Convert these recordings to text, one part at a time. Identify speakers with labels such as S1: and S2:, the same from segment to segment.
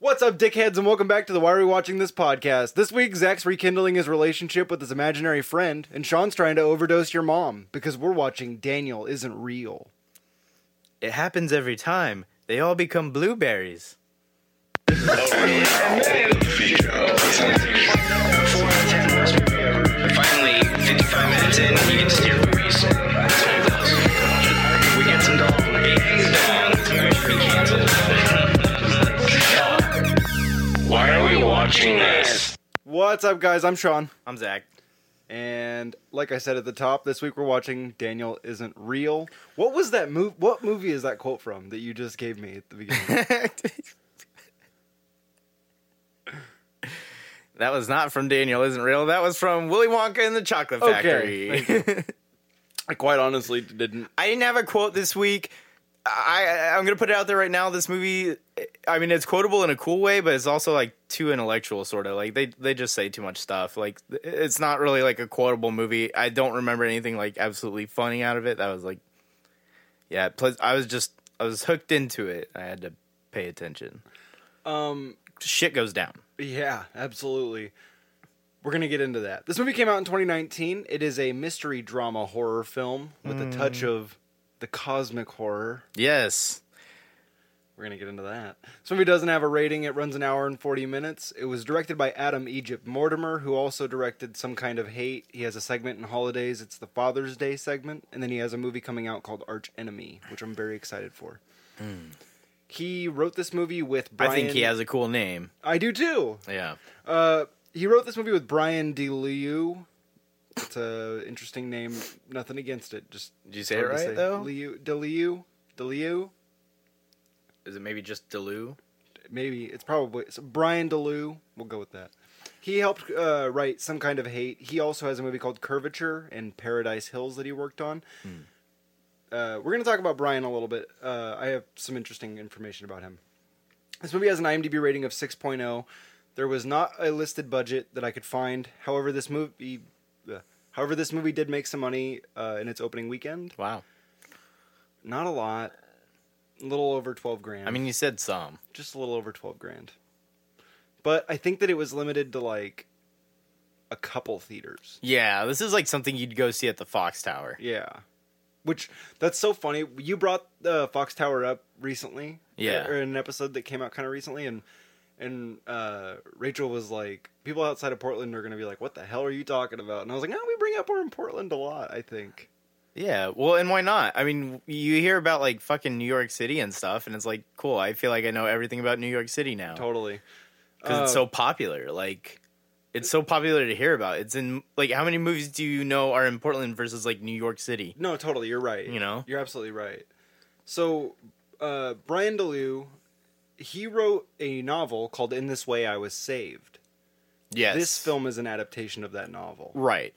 S1: What's up, dickheads, and welcome back to the Why Are We Watching This podcast. This week, Zach's rekindling his relationship with his imaginary friend, and Sean's trying to overdose your mom because we're watching Daniel Isn't Real.
S2: It happens every time. They all become blueberries.
S3: Four out of ten worst movie ever. But finally, 55 minutes in, you get to steer the race. That's what it does. We get some dog. It hangs down. It's very pretty canceled. Why are we watching this?
S1: What's up, guys? I'm Sean.
S2: I'm Zach.
S1: And like I said at the top, this week we're watching Daniel Isn't Real. What was that movie? What movie is that quote from that you just gave me at the beginning?
S2: that was not from Daniel Isn't Real. That was from Willy Wonka and the Chocolate Factory.
S1: Okay, I quite honestly didn't.
S2: I didn't have a quote this week. I, I- I'm going to put it out there right now. This movie, I mean, it's quotable in a cool way, but it's also like too intellectual, sort of. Like they they just say too much stuff. Like it's not really like a quotable movie. I don't remember anything like absolutely funny out of it. That was like, yeah. Plus, I was just I was hooked into it. I had to pay attention.
S1: Um,
S2: Shit goes down.
S1: Yeah, absolutely. We're going to get into that. This movie came out in 2019. It is a mystery drama horror film with a touch
S2: Mm.
S1: of the cosmic horror.
S2: Yes.
S1: We're going to get into that. This movie doesn't have a rating. It runs an hour and 40 minutes. It was directed by Adam Egypt Mortimer, who also directed Some Kind of Hate. He has a segment in Holidays. It's the Father's Day segment. And then he has a movie coming out called Arch Enemy, which I'm very excited for. He wrote this movie with Brian.
S2: Mm. I think he has a cool name.
S1: I do too.
S2: Yeah.
S1: Uh, he wrote this movie with Brian DeLiu. It's a interesting name. Nothing against it. Just
S2: Did you say it
S1: hard to
S2: right, though?
S1: Liu DeLiu DeLiu.
S2: Is it maybe just Delu?
S1: Maybe it's probably it's Brian DeLiu. We'll go with that. He helped uh, write some kind of hate. He also has a movie called Curvature and Paradise Hills that he worked on.
S2: Hmm.
S1: Uh, we're going to talk about Brian a little bit. Uh, I have some interesting information about him. This movie has an IMDb rating of 6.0. There was not a listed budget that I could find. However, this movie, uh, however, this movie did make some money uh, in its opening weekend.
S2: Wow.
S1: Not a lot, a little over 12 grand.
S2: I mean, you said some.
S1: just a little over 12 grand. But I think that it was limited to like a couple theaters.
S2: Yeah, this is like something you'd go see at the Fox Tower.
S1: Yeah. Which that's so funny. You brought the Fox Tower up recently.
S2: Yeah.
S1: Or in an episode that came out kind of recently and and uh, Rachel was like, people outside of Portland are going to be like, what the hell are you talking about? And I was like, no, we bring up we're in Portland a lot, I think.
S2: Yeah, well, and why not? I mean, you hear about like fucking New York City and stuff, and it's like, cool. I feel like I know everything about New York City now because
S1: Totally.
S2: Oh. it's
S1: Uh,
S2: so popular. Like, it's so popular to hear about. It's in like how many movies do you know are in Portland versus like New York City?
S1: No, totally. You're right.
S2: You know?
S1: you're absolutely right. So, uh, Brian DeLu, he wrote a novel called "In This Way I Was Saved."
S2: Yes,
S1: This film is an adaptation of that novel.
S2: right?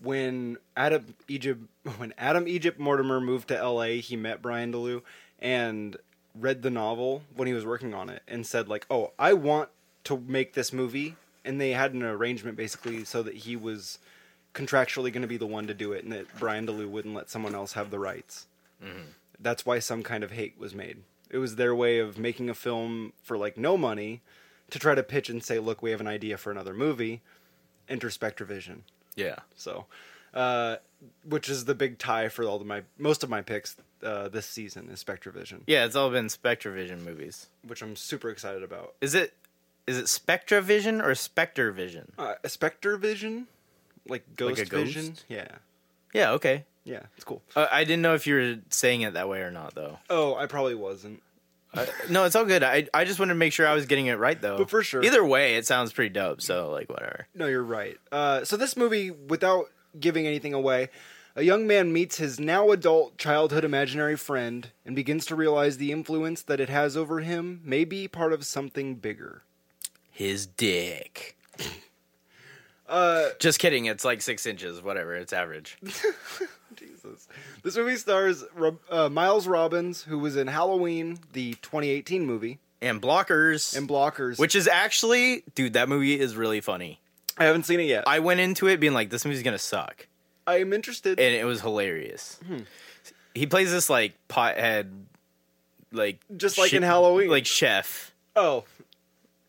S1: When Adam Egypt, when Adam Egypt Mortimer moved to L.A., he met Brian DeLu and read the novel when he was working on it, and said like, "Oh, I want to make this movie." And they had an arrangement basically so that he was contractually going to be the one to do it, and that Brian DeLu wouldn't let someone else have the rights. That's why some kind of hate was made. It was their way of making a film for like no money to try to pitch and say, "Look, we have an idea for another movie, Introspectrovision."
S2: Yeah,
S1: So, uh, which is the big tie for all of my most of my picks uh, this season is Spectrovision,
S2: yeah. It's all been Spectrovision movies.
S1: which I'm super excited about.
S2: Is it is it Spectrovision or Spectervision?
S1: Uh, Spectrovision, like ghost
S2: a ghost?
S1: vision, yeah,
S2: Yeah, okay.
S1: yeah, it's cool.
S2: Uh, I didn't know if you were saying it that way or not, though.
S1: Oh, I probably wasn't.
S2: Uh, no, it's all good. I I just wanted to make sure I was getting it right though.
S1: But for sure.
S2: Either way, it sounds pretty dope. So like whatever.
S1: No, you're right. Uh, so this movie, without giving anything away, a young man meets his now adult childhood imaginary friend and begins to realize the influence that it has over him may be part of something bigger.
S2: His dick.
S1: Uh,
S2: Just kidding. It's like six inches. Whatever. It's average.
S1: Jesus. This movie stars Rob- uh, Miles Robbins, who was in Halloween, the 2018 movie,
S2: And blockers.
S1: and Blockers.
S2: which is actually, dude, that movie is really funny.
S1: I haven't seen it yet.
S2: I went into it being like, this movie's gonna suck,
S1: I am interested.
S2: and it was hilarious.
S1: Hmm.
S2: He plays this like pothead, like
S1: Just like
S2: che-
S1: in Halloween.
S2: like chef.
S1: Oh,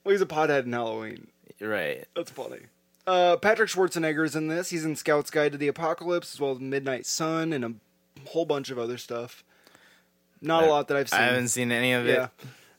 S1: well, he's a pothead in Halloween.
S2: Right.
S1: That's funny. Uh, Patrick Schwarzenegger's in this. He's in Scout's Guide to the Apocalypse, as well as Midnight Sun, and a whole bunch of other stuff. Not a lot that I've seen.
S2: I haven't seen any of it.
S1: yeah.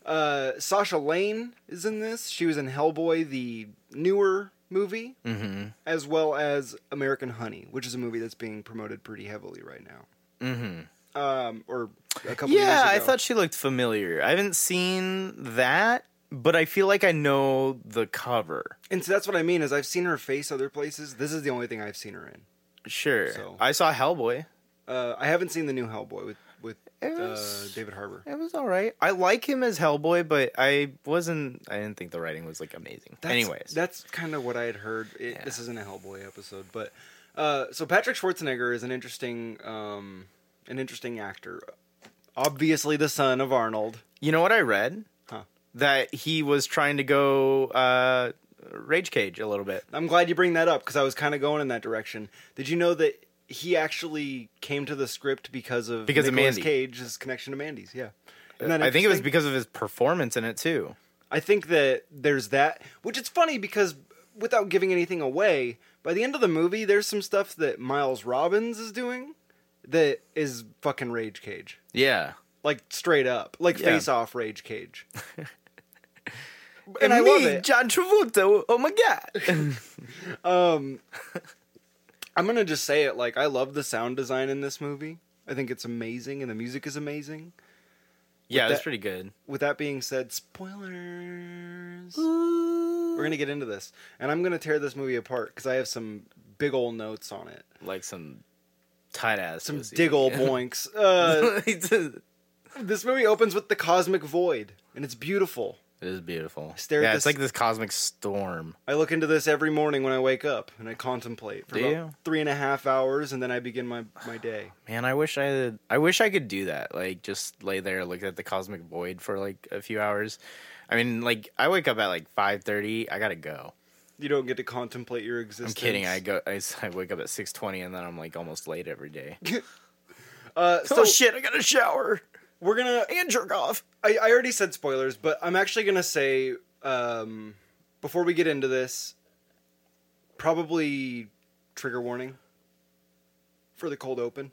S1: Uh, Sasha Lane is in this. She was in Hellboy, the newer movie, mm-hmm. as well as American Honey, which is a movie that's being promoted pretty heavily right now. Mm-hmm. Um, or a couple. years
S2: Yeah,
S1: ago.
S2: I thought she looked familiar. I haven't seen that, but I feel like I know the cover.
S1: And so that's what I mean is I've seen her face other places. This is the only thing I've seen her in.
S2: Sure.
S1: So-
S2: I saw Hellboy.
S1: Uh, I haven't seen the new Hellboy with with
S2: It
S1: uh,
S2: was-
S1: David Harbour.
S2: It was all right. I like him as Hellboy, but I wasn't. I didn't think the writing was like amazing.
S1: That's,
S2: Anyways,
S1: that's kind of what I had heard. It, This isn't a Hellboy episode, but uh, so Patrick Schwarzenegger is an interesting um, an interesting actor. Obviously, the son of Arnold.
S2: you know what I read
S1: Huh.
S2: that he was trying to go uh, Rage Cage a little bit.
S1: I'm glad you bring that up because I was kind of going in that direction. Did you know that he actually came to the script because of
S2: Because of
S1: Nicolas
S2: Mandy. Uh,
S1: Cage's connection to Mandy's? Yeah, Isn't that
S2: I think it was
S1: interesting?
S2: because of his performance in it too.
S1: I think that there's that, which it's funny because without giving anything away, by the end of the movie, there's some stuff that Miles Robbins is doing that is fucking Rage Cage,
S2: Yeah.
S1: like straight up, like
S2: Yeah.
S1: Face Off Rage Cage. and
S2: And
S1: I
S2: me,
S1: love it.
S2: John Travolta. Oh my god.
S1: I'm gonna just say it like I love the sound design in this movie. I think it's amazing, and the music is amazing.
S2: yeah, that's
S1: that-
S2: pretty good.
S1: With that being said, spoilers. We're gonna get into this, and I'm gonna tear this movie apart because I have some big old notes on it.
S2: Like some tight ass.
S1: Some dig old boinks. Uh,
S2: it
S1: this movie opens with the cosmic void, and it's beautiful.
S2: is beautiful.
S1: Stare at
S2: yeah,
S1: this-
S2: it's like this cosmic storm.
S1: I look into this every morning when I wake up, and I contemplate for
S2: Do
S1: about
S2: you?
S1: three and a half hours, and then I begin my, my day.
S2: Man, I wish I had, I wish I could do that. Like just lay there, look at the cosmic void for like a few hours. I mean, like I wake up at like five thirty. I gotta go.
S1: You don't get to contemplate your
S2: I'm
S1: existence.
S2: kidding. I go. I, s- I wake up at six twenty, and then I'm like almost late every day.
S1: Uh, so
S2: oh shit! I gotta shower
S1: we're gonna.
S2: and jerk off.
S1: I, I already said spoilers, but I'm actually gonna say um, before we get into this, probably trigger warning for the cold open.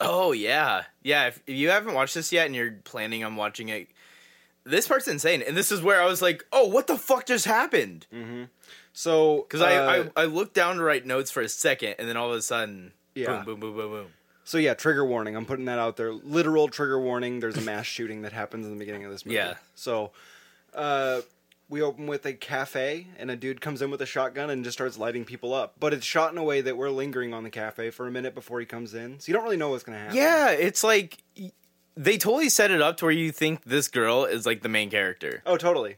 S2: Oh yeah, yeah. If, if you haven't watched this yet and you're planning on watching it, this part's insane. And this is where I was like, oh, what the fuck just happened?
S1: So
S2: Because
S1: uh,
S2: I, I I looked down to write notes for a second, and then all of a sudden,
S1: Yeah.
S2: boom, boom, boom, boom, boom.
S1: So yeah, trigger warning. I'm putting that out there. Literal trigger warning. There's a mass shooting that happens in the beginning of this movie.
S2: Yeah.
S1: So, uh, we open with a cafe, and a dude comes in with a shotgun and just starts lighting people up. But it's shot in a way that we're lingering on the cafe for a minute before he comes in, so you don't really know what's gonna happen.
S2: Yeah, it's like y- they totally set it up to where you think this girl is like the main character.
S1: Oh, totally.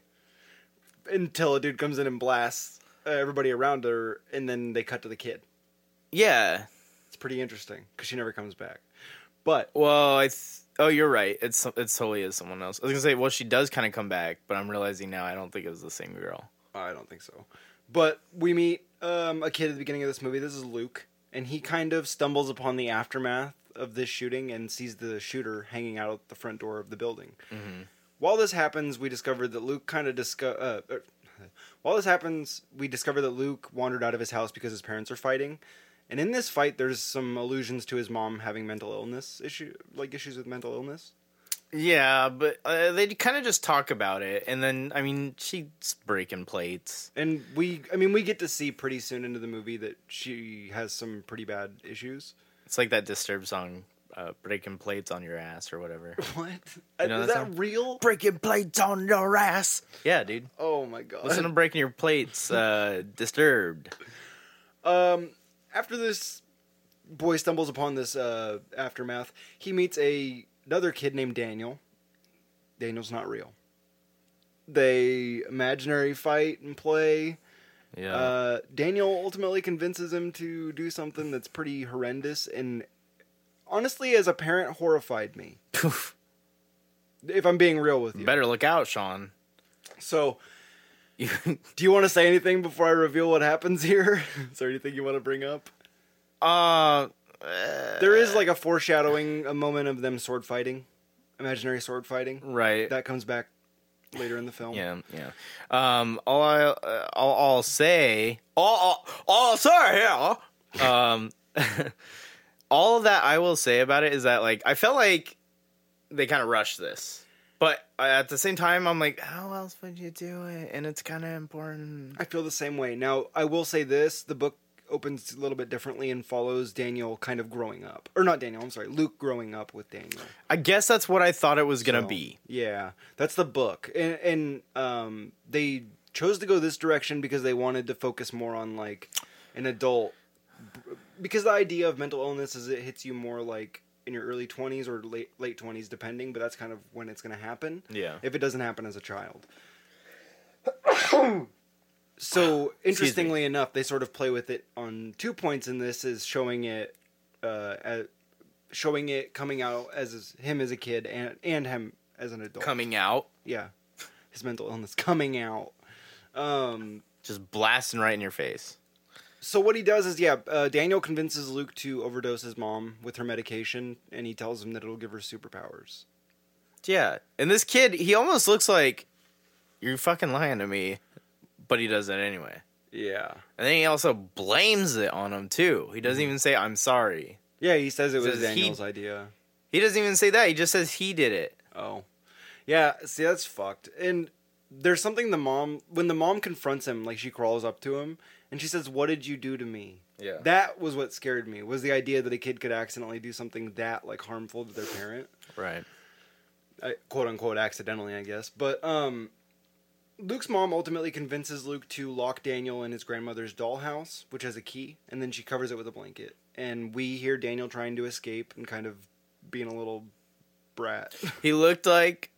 S1: Until a dude comes in and blasts uh, everybody around her, and then they cut to the kid.
S2: Yeah.
S1: It's pretty interesting because she never comes back. But
S2: Well, I. Th- oh, you're right. It's it's totally is someone else. I was gonna say, well, she does kind of come back, but I'm realizing now I don't think it was the same girl.
S1: I don't think so. But we meet um, a kid at the beginning of this movie. This is Luke, and he kind of stumbles upon the aftermath of this shooting and sees the shooter hanging out at the front door of the building. While this happens, we discover that Luke kind of disco- uh, er, While this happens, we discover that Luke wandered out of his house because his parents are fighting. And in this fight, there's some allusions to his mom having mental illness issue, like issues with mental illness.
S2: Yeah, but uh, they kind of just talk about it, and then I mean, she's breaking plates.
S1: And we, I mean, we get to see pretty soon into the movie that she has some pretty bad issues.
S2: It's like that disturbed song, uh, "Breaking Plates on Your Ass" or whatever.
S1: What?
S2: know
S1: is
S2: that
S1: that
S2: song?
S1: real?
S2: breaking plates on your ass. Yeah, dude.
S1: Oh my god.
S2: Listen to "Breaking Your Plates." Uh, disturbed.
S1: After this boy stumbles upon this uh, aftermath, he meets a another kid named Daniel. Daniel's not real. They imaginary fight and play.
S2: Yeah.
S1: Uh, Daniel ultimately convinces him to do something that's pretty horrendous and honestly as a parent horrified me. If I'm being real with you.
S2: Better look out, Sean.
S1: So do you want to say anything before I reveal what happens here? Is there anything you want to bring up?
S2: uh,
S1: There is like a foreshadowing, a moment of them sword fighting, imaginary sword fighting.
S2: right.
S1: That comes back later in the film.
S2: Yeah, yeah. Um, all I, uh, all I'll say, all, all, all I'll say, yeah. Um, all that I will say about it is that like I felt like they kind of rushed this, but at the same time I'm like, how else would you do it? And it's kind of important.
S1: I feel the same way. Now, I will say this the book opens a little bit differently and follows Daniel kind of growing up. Or not Daniel, I'm sorry, Luke growing up with Daniel.
S2: I guess that's what I thought it was gonna
S1: So,
S2: be.
S1: Yeah, that's the book, and, and um, they chose to go this direction because they wanted to focus more on like an adult, because the idea of mental illness is it hits you more like in your early twenties or late late twenties, depending. But that's kind of when it's going to happen.
S2: Yeah.
S1: if it doesn't happen as a child. So interestingly enough, they sort of play with it on two points in this is showing it uh, at, showing it coming out as is- him as a kid and and him as an adult.
S2: Coming out,
S1: Yeah, his mental illness coming out. Um,
S2: just blasting right in your face.
S1: so what he does is, yeah, uh, Daniel convinces Luke to overdose his mom with her medication, and he tells him that it'll give her superpowers.
S2: Yeah. And this kid, he almost looks like you're fucking lying to me, but he does it anyway.
S1: Yeah,
S2: And then he also blames it on him too. He doesn't even say I'm sorry.
S1: yeah. He says it was
S2: Says he-
S1: Daniel's idea.
S2: He doesn't even say that. He just says he did it.
S1: Oh. Yeah, see that's fucked. And there's something the mom when the mom confronts him, like she crawls up to him and she says, "What did you do to me?"
S2: Yeah.
S1: That was what scared me. Was the idea that a kid could accidentally do something that like harmful to their parent,
S2: Right.
S1: I, quote unquote, accidentally, I guess. But um, Luke's mom ultimately convinces Luke to lock Daniel in his grandmother's dollhouse, which has a key, and then she covers it with a blanket. And we hear Daniel trying to escape and kind of being a little brat.
S2: He looked like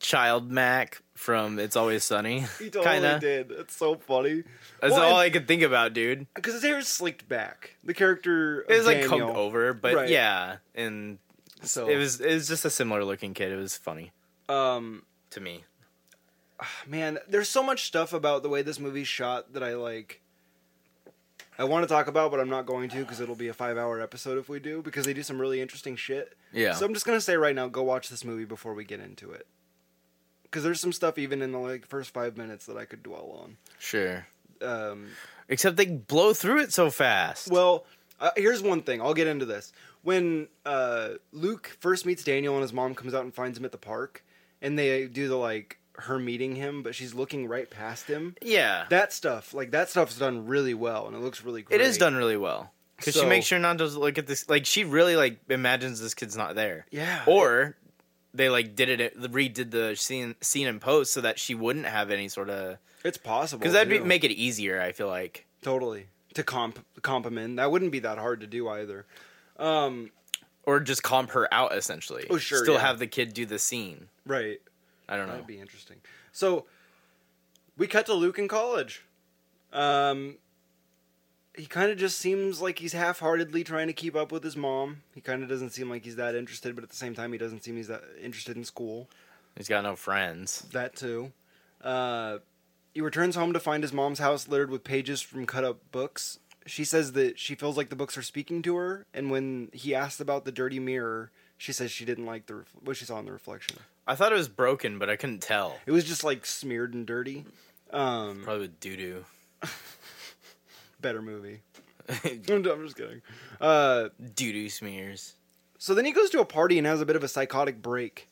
S2: Child Mac from It's Always Sunny.
S1: He totally
S2: Kinda.
S1: did. It's so funny.
S2: That's
S1: Well,
S2: all
S1: and-
S2: I could think about, dude.
S1: because his hair is slicked back. The character of
S2: It was like
S1: Daniel,
S2: combed over, but
S1: Right.
S2: yeah. And
S1: So
S2: it was it was just a similar looking kid. It was funny
S1: um,
S2: to me.
S1: man. There's so much stuff about the way this movie's shot that I like. I want to talk about, but I'm not going to because it'll be a five-hour episode if we do because they do some really interesting shit.
S2: Yeah.
S1: So I'm just gonna say right now, go watch this movie before we get into it, because there's some stuff even in the like first five minutes that I could dwell
S2: Sure.
S1: on. Um,
S2: Except they blow through it so fast.
S1: Well, uh, here's one thing. I'll get into this. When uh, Luke first meets Daniel and his mom comes out and finds him at the park, and they do the like her meeting him, but she's looking right past him.
S2: yeah.
S1: That stuff, like that stuff's done really well, and it looks really great.
S2: It is done really well because she
S1: So-
S2: makes sure not to look at this. Like she really like imagines this kid's not there,
S1: Yeah.
S2: or they like did it redid the scene scene and post so that she wouldn't have any sort of
S1: it's possible
S2: because that'd be,
S1: too.
S2: make it easier. I feel like
S1: totally to comp comp him in. That wouldn't be that hard to do either. Um,
S2: or just comp her out essentially.
S1: Oh, sure,
S2: still
S1: yeah.
S2: have the kid do the scene.
S1: right.
S2: I don't know.
S1: That'd be interesting. So we cut to Luke in college. Um, he kind of just seems like he's half-heartedly trying to keep up with his mom. He kind of doesn't seem like he's that interested, but at the same time, he doesn't seem he's that interested in school.
S2: He's got no friends.
S1: That too. Uh, he returns home to find his mom's house littered with pages from cut-up books. She says that she feels like the books are speaking to her, and when he asked about the dirty mirror, she says she didn't like the ref- what she saw in the reflection.
S2: I thought it was broken, but I couldn't tell.
S1: It was just like smeared and dirty. Um,
S2: Probably with doo doo.
S1: better movie. I'm, I'm just kidding. Uh,
S2: doo doo smears.
S1: so then he goes to a party and has a bit of a psychotic break,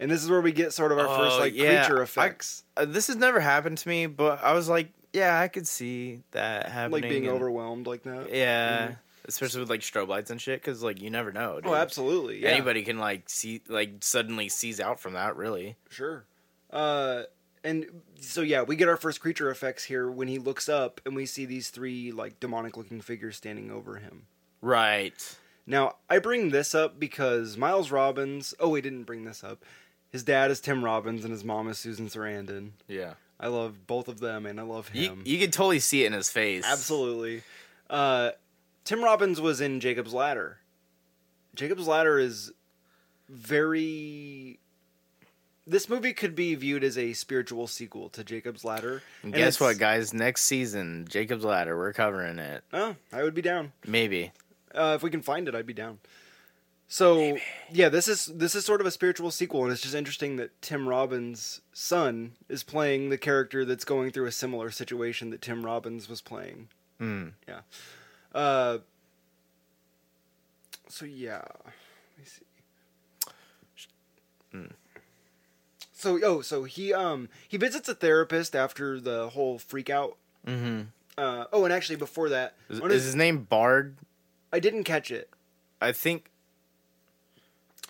S1: and this is where we get sort of our first
S2: Oh,
S1: like
S2: yeah.
S1: creature
S2: I-
S1: effects,
S2: Uh, this has never happened to me, but I was like, yeah, I could see that happening.
S1: like being
S2: and-
S1: overwhelmed like that.
S2: Yeah, especially with like strobe lights and shit, because like you never know. Dude.
S1: Oh, absolutely. Yeah.
S2: Anybody can like see like suddenly seize out from that. Really,
S1: Sure. Uh, and so yeah, we get our first creature effects here when he looks up and we see these three like demonic looking figures standing over him.
S2: right?
S1: Now, I bring this up because Miles Robbins, oh, we didn't bring this up. His dad is Tim Robbins and his mom is Susan Sarandon.
S2: Yeah,
S1: I love both of them and I love
S2: you
S1: him.
S2: you could totally see it in his face.
S1: Absolutely. Uh, Tim Robbins was in Jacob's Ladder. Jacob's Ladder is very. This movie could be viewed as a spiritual sequel to Jacob's Ladder. and
S2: And guess
S1: it's-
S2: what, guys? Next season, Jacob's Ladder, we're covering it.
S1: Oh, I would be down.
S2: Maybe.
S1: Uh, if we can find it, I'd be down. So yeah, this is this is sort of a spiritual sequel, and it's just interesting that Tim Robbins' son is playing the character that's going through a similar situation that Tim Robbins was playing.
S2: Hmm.
S1: Yeah. Uh, so yeah, let me see.
S2: Hmm.
S1: So oh, so he um he visits a therapist after the whole freak out. Mm-hmm. Uh, oh, and actually before that,
S2: Is,
S1: on
S2: is
S1: his-
S2: his name Bard?
S1: I didn't catch it.
S2: I think.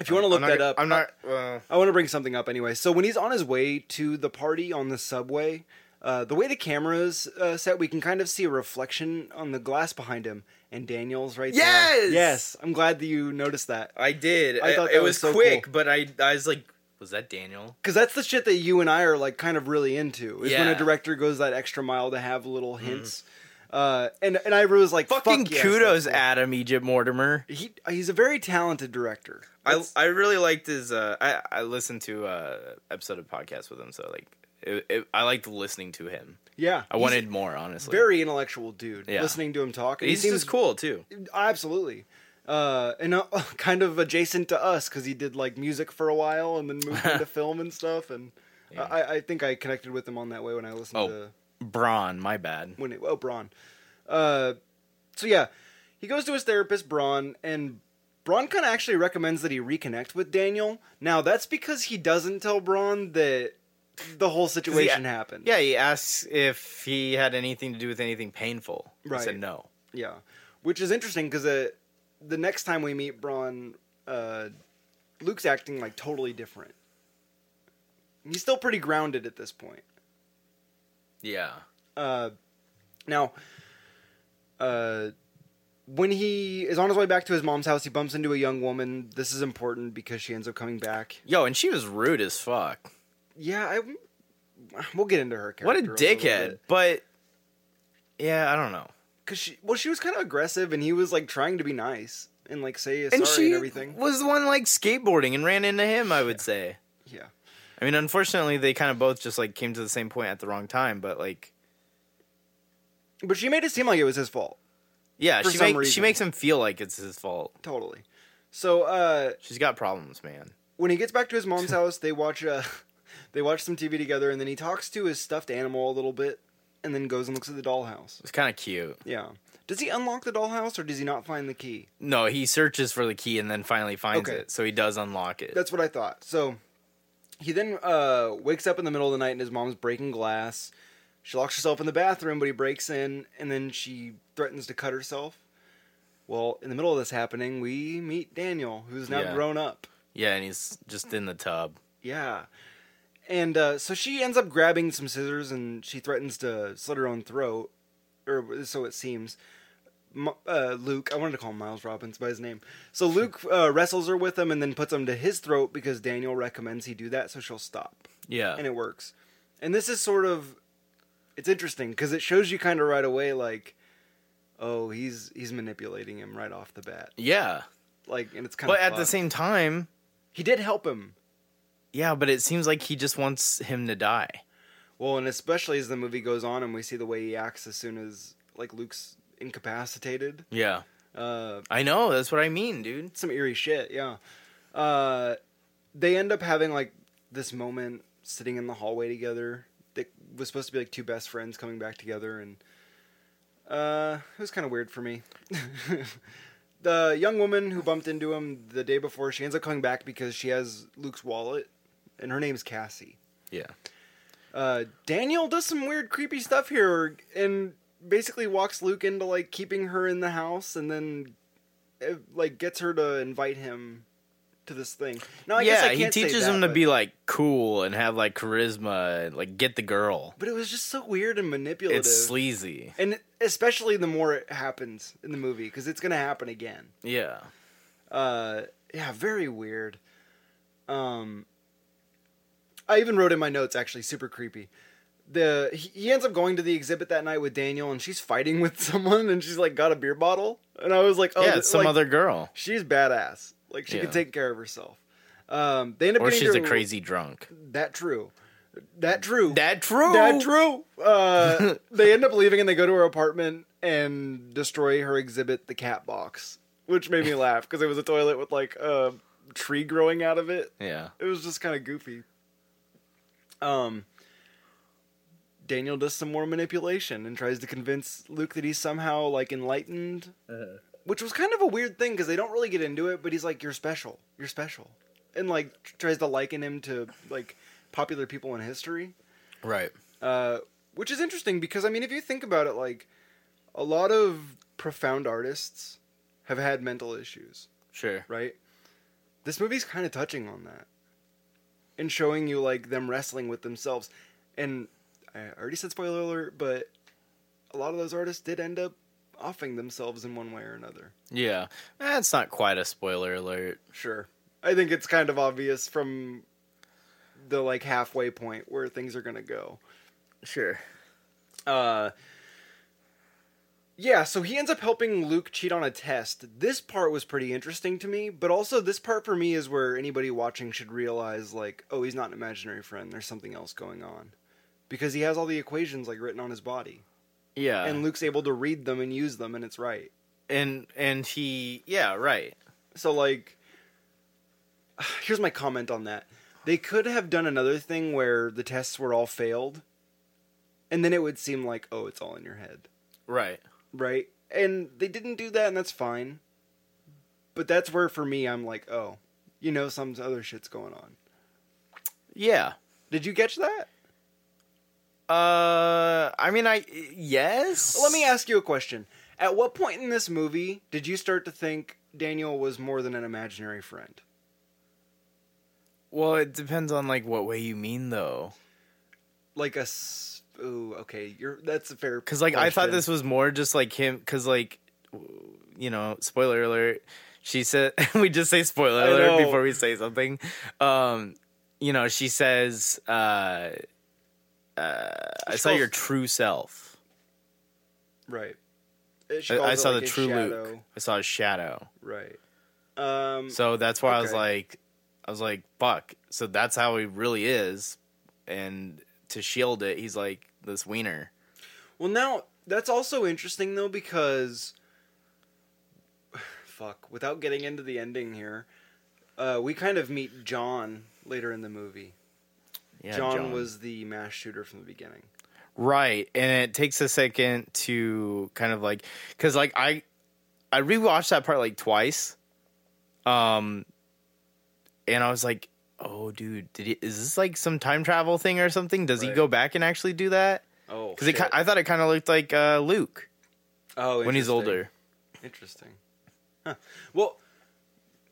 S1: If you want to look
S2: I'm not,
S1: that
S2: gonna-
S1: up,
S2: I'm not. well,
S1: I want to bring something up anyway. So when he's on his way to the party on the subway, uh, the way the camera's uh, set, we can kind of see a reflection on the glass behind him, and Daniel's right there.
S2: Yes!
S1: Yes, I'm glad that you noticed that
S2: I did.
S1: I
S2: I
S1: thought
S2: thought
S1: that
S2: it
S1: was
S2: was,
S1: so
S2: quick,
S1: cool.
S2: but I I was like, was that Daniel?
S1: because that's the shit that you and I are like kind of really into. Is when a
S2: Yeah. Mm-hmm.
S1: director goes that extra mile to have little hints. Uh, and and I was like,
S2: Fucking
S1: fuck yes,
S2: kudos,
S1: that's cool.
S2: Adam Egypt Mortimer.
S1: He he's a very talented director.
S2: I
S1: That's-
S2: I really liked his. Uh, I I listened to uh episode of podcast with him, so like it, it, I liked listening to him.
S1: yeah,
S2: I
S1: he's
S2: wanted more, honestly.
S1: very intellectual dude.
S2: Yeah.
S1: Listening to him talk, and
S2: He's
S1: he seems
S2: just cool too.
S1: Absolutely. Uh, and uh, kind of adjacent to us because he did like music for a while and then moved into film and stuff. And I, I think I connected with him on that way when I listened
S2: Oh.
S1: to
S2: Braun, my bad.
S1: when it, oh Braun. Uh, so yeah, he goes to his therapist Braun, and Braun kind of actually recommends that he reconnect with Daniel. Now that's because he doesn't tell Braun that the whole situation happened.
S2: Yeah, he asks if he had anything to do with anything painful.
S1: Right.
S2: He said no.
S1: Yeah, which is interesting because uh, the next time we meet Braun, uh, Luke's acting like totally different. He's still pretty grounded at this point.
S2: Yeah.
S1: Uh, now, uh, when he is on his way back to his mom's house, he bumps into a young woman. This is important because she ends up coming back.
S2: Yo, and she was rude as fuck.
S1: Yeah, I. We'll get into her character.
S2: What a
S1: little
S2: dickhead.
S1: bit.
S2: But yeah, I don't know.
S1: Cause she, well, she was kind of aggressive, and he was like trying to be nice and like say sorry
S2: And she
S1: and everything.
S2: was the one like skateboarding and ran into him, I would say.
S1: Yeah.
S2: I mean, unfortunately, they kind of both just like came to the same point at the wrong time, but like
S1: But she made it seem like it was his fault.
S2: yeah,
S1: For
S2: she
S1: some
S2: make, she
S1: reason.
S2: makes him feel like it's his fault.
S1: Totally. So uh,
S2: She's got problems, man.
S1: when he gets back to his mom's house, they watch uh, they watch some TV together, and then he talks to his stuffed animal a little bit, and then goes and looks at the dollhouse.
S2: It's kind of cute.
S1: Yeah. Does he unlock the dollhouse, or does he not find the key?
S2: No, he searches for the key and then finally finds
S1: Okay.
S2: it, so he does unlock it.
S1: That's what I thought. So he then uh, wakes up in the middle of the night, and his mom's breaking glass. She locks herself in the bathroom, but he breaks in, and then she threatens to cut herself. Well, in the middle of this happening, we meet Daniel, who's now
S2: Yeah.
S1: grown up.
S2: yeah, and he's just in the tub.
S1: Yeah. And uh, so she ends up grabbing some scissors and she threatens to slit her own throat, or so it seems. M- uh, Luke, I wanted to call him Miles Robbins by his name. So Luke uh, wrestles her with him and then puts him to his throat because Daniel recommends he do that, so she'll stop.
S2: Yeah.
S1: And it works. And this is sort of. It's interesting because it shows you kind of right away, like, oh, he's he's manipulating him right off the bat,
S2: yeah.
S1: like, and it's kind
S2: But
S1: of.
S2: at the same time,
S1: he did help him.
S2: yeah, but it seems like he just wants him to die.
S1: Well, and especially as the movie goes on and we see the way he acts as soon as like Luke's incapacitated.
S2: Yeah.
S1: Uh
S2: I know, that's what I mean, dude.
S1: some eerie shit, yeah. Uh they end up having like this moment sitting in the hallway together that was supposed to be like two best friends coming back together and uh it was kind of weird for me. the young woman who bumped into him the day before, she ends up coming back because she has Luke's wallet and her name's Cassie.
S2: Yeah.
S1: uh, Daniel does some weird, creepy stuff here, and basically walks Luke into like keeping her in the house, and then uh, like gets her to invite him to this thing. No, I guess I
S2: yeah, he
S1: can't say
S2: teaches
S1: that,
S2: him to
S1: but-
S2: be like cool and have like charisma and like get the girl.
S1: But it was just so weird and manipulative,
S2: It's sleazy.
S1: and especially the more it happens in the movie, because it's gonna happen again.
S2: Yeah.
S1: uh yeah very weird um i even wrote in my notes actually super creepy the he- he ends up going to the exhibit that night with daniel and she's fighting with someone and she's like got a beer bottle and i was like oh
S2: yeah,
S1: th-
S2: it's some
S1: like,
S2: other girl.
S1: she's badass like she can
S2: Yeah.
S1: take care of herself um they end up
S2: Or
S1: getting
S2: she's a
S1: into-
S2: crazy drunk.
S1: that true that true
S2: That true.
S1: that true uh they end up leaving and they go to her apartment and destroy her exhibit the cat box which made me laugh because it was a toilet with like a tree growing out of it.
S2: Yeah.
S1: It was just kind of goofy. Um, Daniel does some more manipulation and tries to convince Luke that he's somehow like enlightened, which was kind of a weird thing because they don't really get into it. But he's like, "You're special. You're special," and like tr- tries to liken him to like popular people in history
S2: Right.
S1: uh, which is interesting because I mean, if you think about it, like a lot of profound artists have had mental issues,
S2: Sure.
S1: right? This movie's kind of touching on that and showing you like them wrestling with themselves. And I already said spoiler alert, but a lot of those artists did end up offing themselves in one way or another.
S2: Yeah. That's not quite a spoiler alert.
S1: Sure, I think it's kind of obvious from the like halfway point where things are gonna go.
S2: Sure.
S1: uh yeah so he ends up helping luke cheat on a test this part was pretty interesting to me but also this part for me is where anybody watching should realize like oh he's not an imaginary friend there's something else going on because he has all the equations like written on his body
S2: Yeah.
S1: and luke's able to read them and use them and it's right
S2: and and he yeah right
S1: so like here's my comment on that they could have done another thing where the tests were all failed and then it would seem like oh it's all in your head
S2: right
S1: right? And they didn't do that, and that's fine. But that's where for me, I'm like, oh, you know, some other shit's going on.
S2: yeah
S1: Did you catch that?
S2: uh i mean i yes
S1: Let me ask you a question. At what point in this movie did you start to think Daniel was more than an imaginary friend?
S2: well it depends on like what way you mean though
S1: Like a s- ooh, okay, you're that's a fair.
S2: because like i thought
S1: question.
S2: this was more just like him because like w- you know spoiler alert she said we just say spoiler
S1: I
S2: alert
S1: know.
S2: before we say something um you know she says uh uh i
S1: She
S2: saw
S1: calls-
S2: your true self
S1: right. Uh, she
S2: I, I
S1: calls it
S2: saw
S1: like
S2: the
S1: a
S2: true Luke.
S1: shadow.
S2: I saw his shadow.
S1: Right. Um.
S2: So that's why I was
S1: Okay.
S2: like, I was like, fuck. So that's how he really is. And to shield it, he's like this wiener.
S1: Well, now that's also interesting though because fuck, without getting into the ending here, uh, we kind of meet John later in the movie.
S2: Yeah,
S1: John, was the mass shooter from the beginning.
S2: right, and it takes a second to kind of like, because like I, I rewatched that part like twice, um, and I was like, oh dude, did he, is this like some time travel thing or something? Does he
S1: Right.
S2: go back and actually do that?
S1: Oh,
S2: Because I thought it kind of looked like uh, Luke
S1: oh,
S2: when he's
S1: interesting.
S2: older.
S1: Interesting. Huh. Well,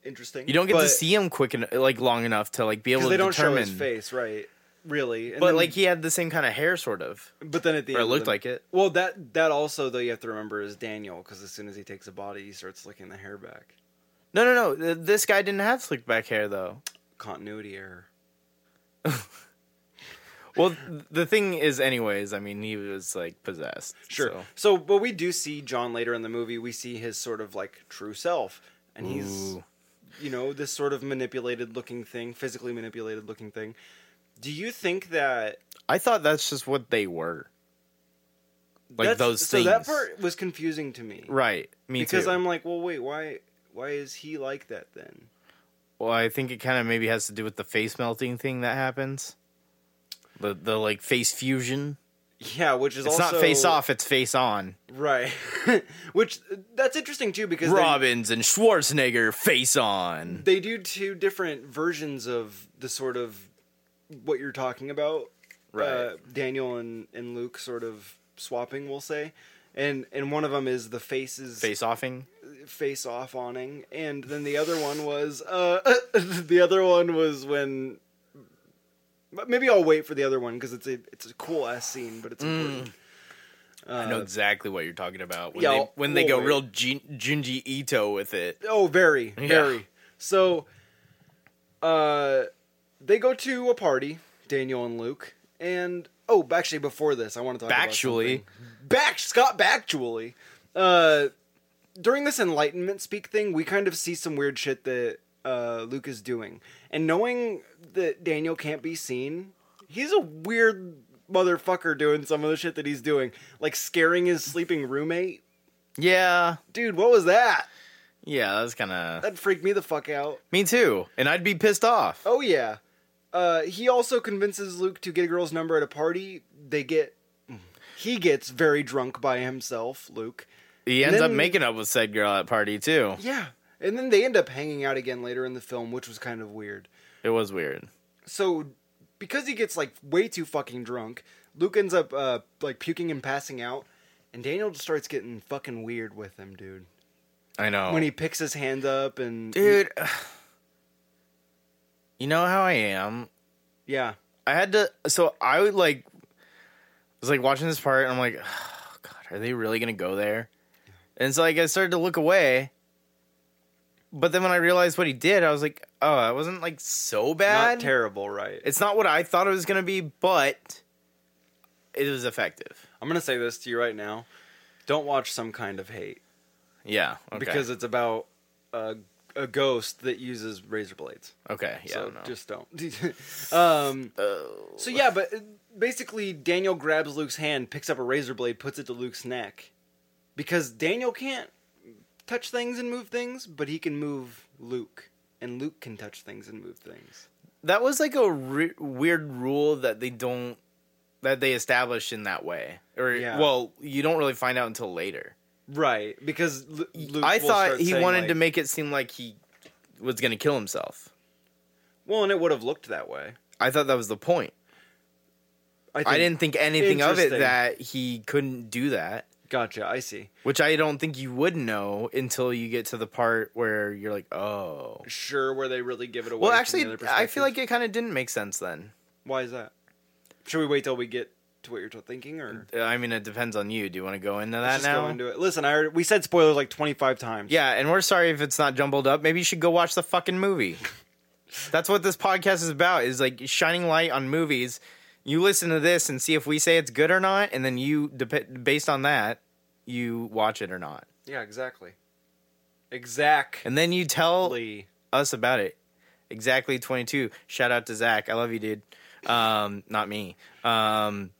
S1: interesting.
S2: You don't get
S1: but,
S2: to see him quick and like long enough to like be able
S1: because
S2: to
S1: they don't
S2: determine.
S1: show his face, right? Really, And
S2: But
S1: then-
S2: like he had the same kind of hair, sort of.
S1: but then at the
S2: or it
S1: end of
S2: looked
S1: the-
S2: like it.
S1: Well, that that also though you have to remember is Daniel because as soon as he takes a body, he starts licking the hair back.
S2: No, no, no. th- This guy didn't have slick back hair though.
S1: Continuity error.
S2: Well, th- the thing is, anyways, I mean, he was like possessed.
S1: Sure.
S2: so-
S1: So. but we do see John later in the movie. We see his sort of like true self, and he's,
S2: Ooh.
S1: you know, this sort of manipulated looking thing, physically manipulated looking thing. Do you think that
S2: I thought that's just what they were. Like
S1: that's-
S2: those
S1: So
S2: things.
S1: that part was confusing to me,
S2: Right. Me
S1: Because
S2: too.
S1: I'm like, well, wait, why, why is he like that then?
S2: Well, I think it kind of maybe has to do with the face melting thing that happens. The the like face fusion.
S1: Yeah, which is
S2: It's
S1: also
S2: not face off. It's face on.
S1: right? which that's interesting too because they-
S2: Robbins and Schwarzenegger face on.
S1: they do two different versions of the sort of what you're talking about uh, daniel and, and luke sort of swapping we'll say and and one of them is the faces
S2: face offing.
S1: face off awning and then the other one was uh the other one was when but maybe i'll wait for the other one because it's a it's a cool ass scene but it's important
S2: I know exactly what you're talking about. When
S1: Uh, yeah,
S2: they,
S1: I'll-
S2: when they go
S1: we'll wait.
S2: real Jin, Junji Ito with it.
S1: Oh, very,
S2: Yeah.
S1: very. So, uh, they go to a party, Daniel and Luke, and oh, actually, before this, I want to talk
S2: Bactually.
S1: about something. back Scott Bactually. Uh, during this Enlightenment speak thing, we kind of see some weird shit that uh, Luke is doing, and knowing that Daniel can't be seen, he's a weird motherfucker doing some of the shit that he's doing, like scaring his sleeping roommate.
S2: Yeah.
S1: Dude, what was that?
S2: Yeah, that's kind of
S1: That freaked me the fuck out.
S2: me too, and I'd be pissed off.
S1: Oh yeah. Uh, he also convinces Luke to get a girl's number at a party. They get he gets very drunk by himself, Luke.
S2: He ends up
S1: then-
S2: making up with said girl at party too.
S1: Yeah. And then they end up hanging out again later in the film, which was kind of weird.
S2: It was weird.
S1: So because he gets like way too fucking drunk, Luke ends up uh, like puking and passing out, and Daniel just starts getting fucking weird with him, dude.
S2: I know.
S1: When he picks his hand up and
S2: Oh. dude, you know how I am.
S1: yeah,
S2: I had to. So I would like was like watching this part, and I'm like, oh, God, are they really gonna go there? And so like I started to look away, but then when I realized what he did, I was like, oh, it wasn't like so bad.
S1: not terrible, right?
S2: it's not what I thought it was gonna be, but it was effective.
S1: I'm gonna say this to you right now: don't watch some kind of hate.
S2: Yeah. Okay.
S1: because it's about a, a ghost that uses razor blades.
S2: okay. Yeah.
S1: so
S2: no.
S1: just don't. um, so yeah, but uh, basically Daniel grabs Luke's hand, picks up a razor blade, puts it to Luke's neck, because Daniel can't touch things and move things, but he can move Luke, and Luke can touch things and move things.
S2: that was like a re- weird rule that they don't that they established in that way. Or
S1: Yeah.
S2: well, you don't really find out until later.
S1: Right, because Lu- Luke.
S2: I
S1: will
S2: thought
S1: start
S2: he
S1: saying,
S2: wanted
S1: like-
S2: to make it seem like he was going to kill himself.
S1: Well, and it would have looked that way.
S2: I thought that was the point. I
S1: think-
S2: didn't think anything of it
S1: Interesting.
S2: that he couldn't do that,
S1: Gotcha. I see.
S2: which I don't think you would know until you get to the part where you're like, "Oh."
S1: Sure, where they really give it away.
S2: Well,
S1: from the
S2: actually,
S1: other
S2: I
S1: perspective.
S2: feel like it kind of didn't make sense then.
S1: Why is that? Should we wait till we get to what you're thinking, or
S2: Uh, I mean, it depends on you. Do you want to go into that
S1: let's just
S2: now?
S1: go into it? Listen, I already, we said spoilers like 25 times.
S2: Yeah, and we're sorry if it's not jumbled up. Maybe you should go watch the fucking movie. That's what this podcast is about is like shining light on movies. You listen to this and see if we say it's good or not, and then you dep- based on that, you watch it or not.
S1: yeah, exactly, exactly.
S2: And then you tell us about it. Exactly 22. Shout out to Zach. I love you, dude. Um, not me. Um,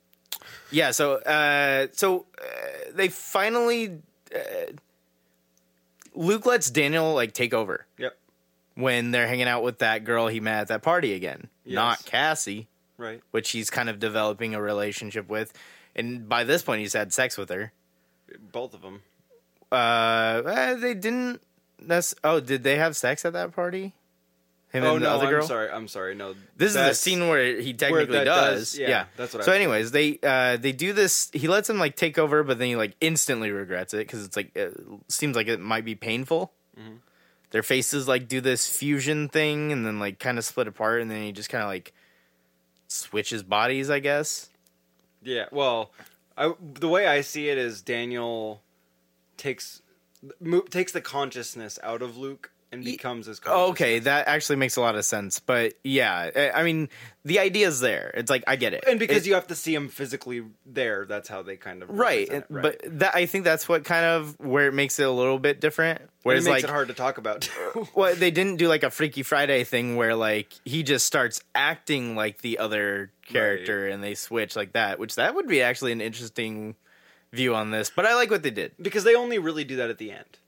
S2: yeah. So, uh, so uh, they finally, uh, Luke lets Daniel like take over
S1: Yep.
S2: when they're hanging out with that girl he met at that party again,
S1: Yes.
S2: not Cassie,
S1: Right.
S2: which he's kind of developing a relationship with. And by this point, he's had sex with her.
S1: Both of them.
S2: Uh, eh, they didn't. That's oh, did they have sex at that party? Him
S1: oh
S2: and the
S1: no,
S2: other
S1: I'm
S2: girl.
S1: sorry. I'm sorry. No,
S2: This is the
S1: that's-
S2: scene where he technically
S1: that
S2: does.
S1: does-
S2: Yeah,
S1: yeah, that's what I
S2: So,
S1: was
S2: anyways, they uh, they do this. He lets him like take over, but then he like instantly regrets it because it's like it seems like it might be painful. Their faces like do this fusion thing, and then like kind of split apart, and then he just kind of like switches bodies, I guess.
S1: Yeah. Well, I, the way I see it is Daniel takes mo- takes the consciousness out of Luke and becomes his. Consciousness.
S2: oh, Okay, that actually makes a lot of sense. But yeah, I- I mean, the idea's there. It's like I get it,
S1: And because
S2: It-
S1: you have to see him physically there, that's how they kind of
S2: right,
S1: represent it, right.
S2: but that I think that's what kind of where it makes it a little bit different.
S1: it
S2: Whereas
S1: makes
S2: like
S1: it hard to talk about. too.
S2: Well, they didn't do like a Freaky Friday thing where like he just starts acting like the other character and they switch like that, which that would be actually an interesting view on this. But I like what they did.
S1: because they only really do that at the end.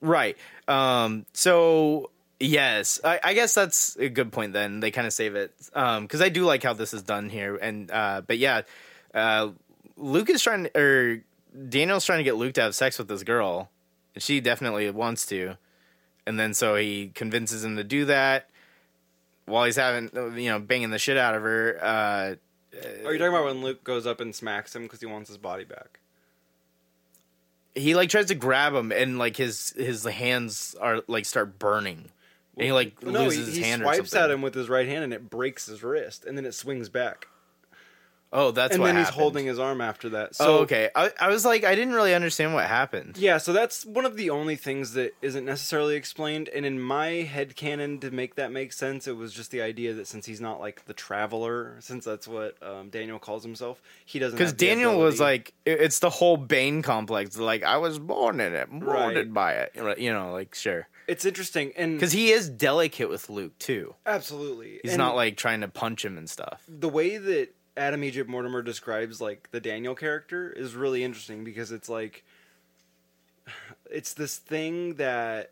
S2: Right. Um so yes, I, I guess that's a good point then. They kind of save it. Um cuz I do like how this is done here and uh but yeah, uh Luke is trying to, or Daniel's trying to get Luke to have sex with this girl. And she definitely wants to. And then so he convinces him to do that while he's having you know banging the shit out of her. Uh
S1: Are you talking about when Luke goes up and smacks him because he wants his body back?
S2: he like tries to grab him and like his his hands are like start burning. And he like
S1: no,
S2: loses
S1: he,
S2: his
S1: he
S2: hand or
S1: swipes
S2: something.
S1: at him with his right hand and it breaks his wrist, and then it swings back,
S2: Oh, that's
S1: and
S2: what
S1: then he's
S2: happened.
S1: holding his arm after that. So
S2: oh, okay. I, I was like, I didn't really understand what happened.
S1: yeah, so that's one of the only things that isn't necessarily explained. And in my head canon, to make that make sense, it was just the idea that since he's not like the traveler, since that's what um, Daniel calls himself, he doesn't.
S2: Because
S1: have the
S2: Daniel was
S1: ability-
S2: like, it- it's the whole Bane complex. Like, I was born in it, molded
S1: Right.
S2: by it. Right, You know, like, sure.
S1: it's interesting, and
S2: Because he is delicate with Luke, too.
S1: absolutely,
S2: He's
S1: And
S2: not like trying to punch him and stuff.
S1: the way that Adam Egypt Mortimer describes like the Daniel character is really interesting because it's like it's this thing that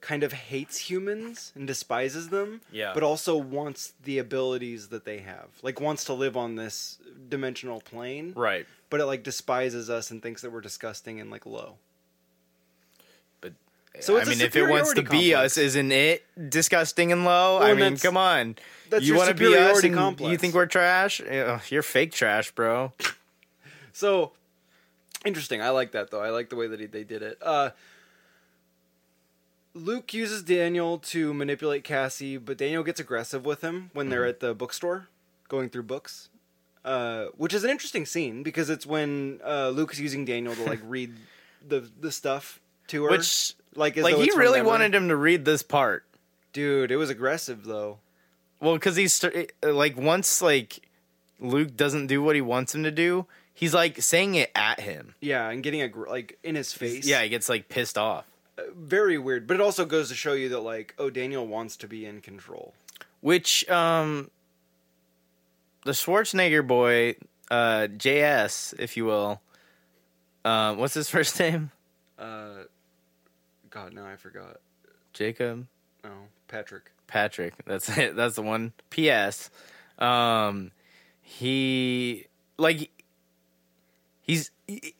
S1: kind of hates humans and despises them,
S2: Yeah.
S1: but also wants the abilities that they have. Like wants to live on this dimensional plane,
S2: Right.
S1: but it like despises us and thinks that we're disgusting and like low.
S2: But
S1: So
S2: so
S1: it's
S2: I
S1: a
S2: mean, if it wants to
S1: superiority
S2: be
S1: complex.
S2: us, isn't it disgusting and low? I
S1: and
S2: mean,
S1: that's-
S2: come on.
S1: that's
S2: you
S1: your
S2: wanna be us
S1: superiority
S2: and
S1: complex.
S2: you think we're trash? Ugh, You're fake trash, bro.
S1: So interesting. I like that though. I like the way that he, they did it. Uh, Luke uses Daniel to manipulate Cassie, but Daniel gets aggressive with him when
S2: Mm-hmm.
S1: they're at the bookstore going through books. Uh, which is an interesting scene because it's when uh, Luke's using Daniel to like read the the stuff to her.
S2: Which,
S1: like, as
S2: like,
S1: though
S2: he
S1: it's from
S2: really
S1: memory.
S2: wanted him to read this part.
S1: Dude, it was aggressive though.
S2: Well, because he's str- like once like Luke doesn't do what he wants him to do, he's like saying it at him.
S1: Yeah, and getting aggr- like in his face.
S2: Yeah, he gets like pissed off,
S1: very weird. But it also goes to show you that like, oh, Daniel wants to be in control.
S2: which um the Schwarzenegger boy, uh JS, if you will. Um, what's his first name?
S1: Uh, God, now I forgot.
S2: Jacob
S1: No, Patrick.
S2: Patrick. That's it. That's the one. P.S. Um, he like he's he-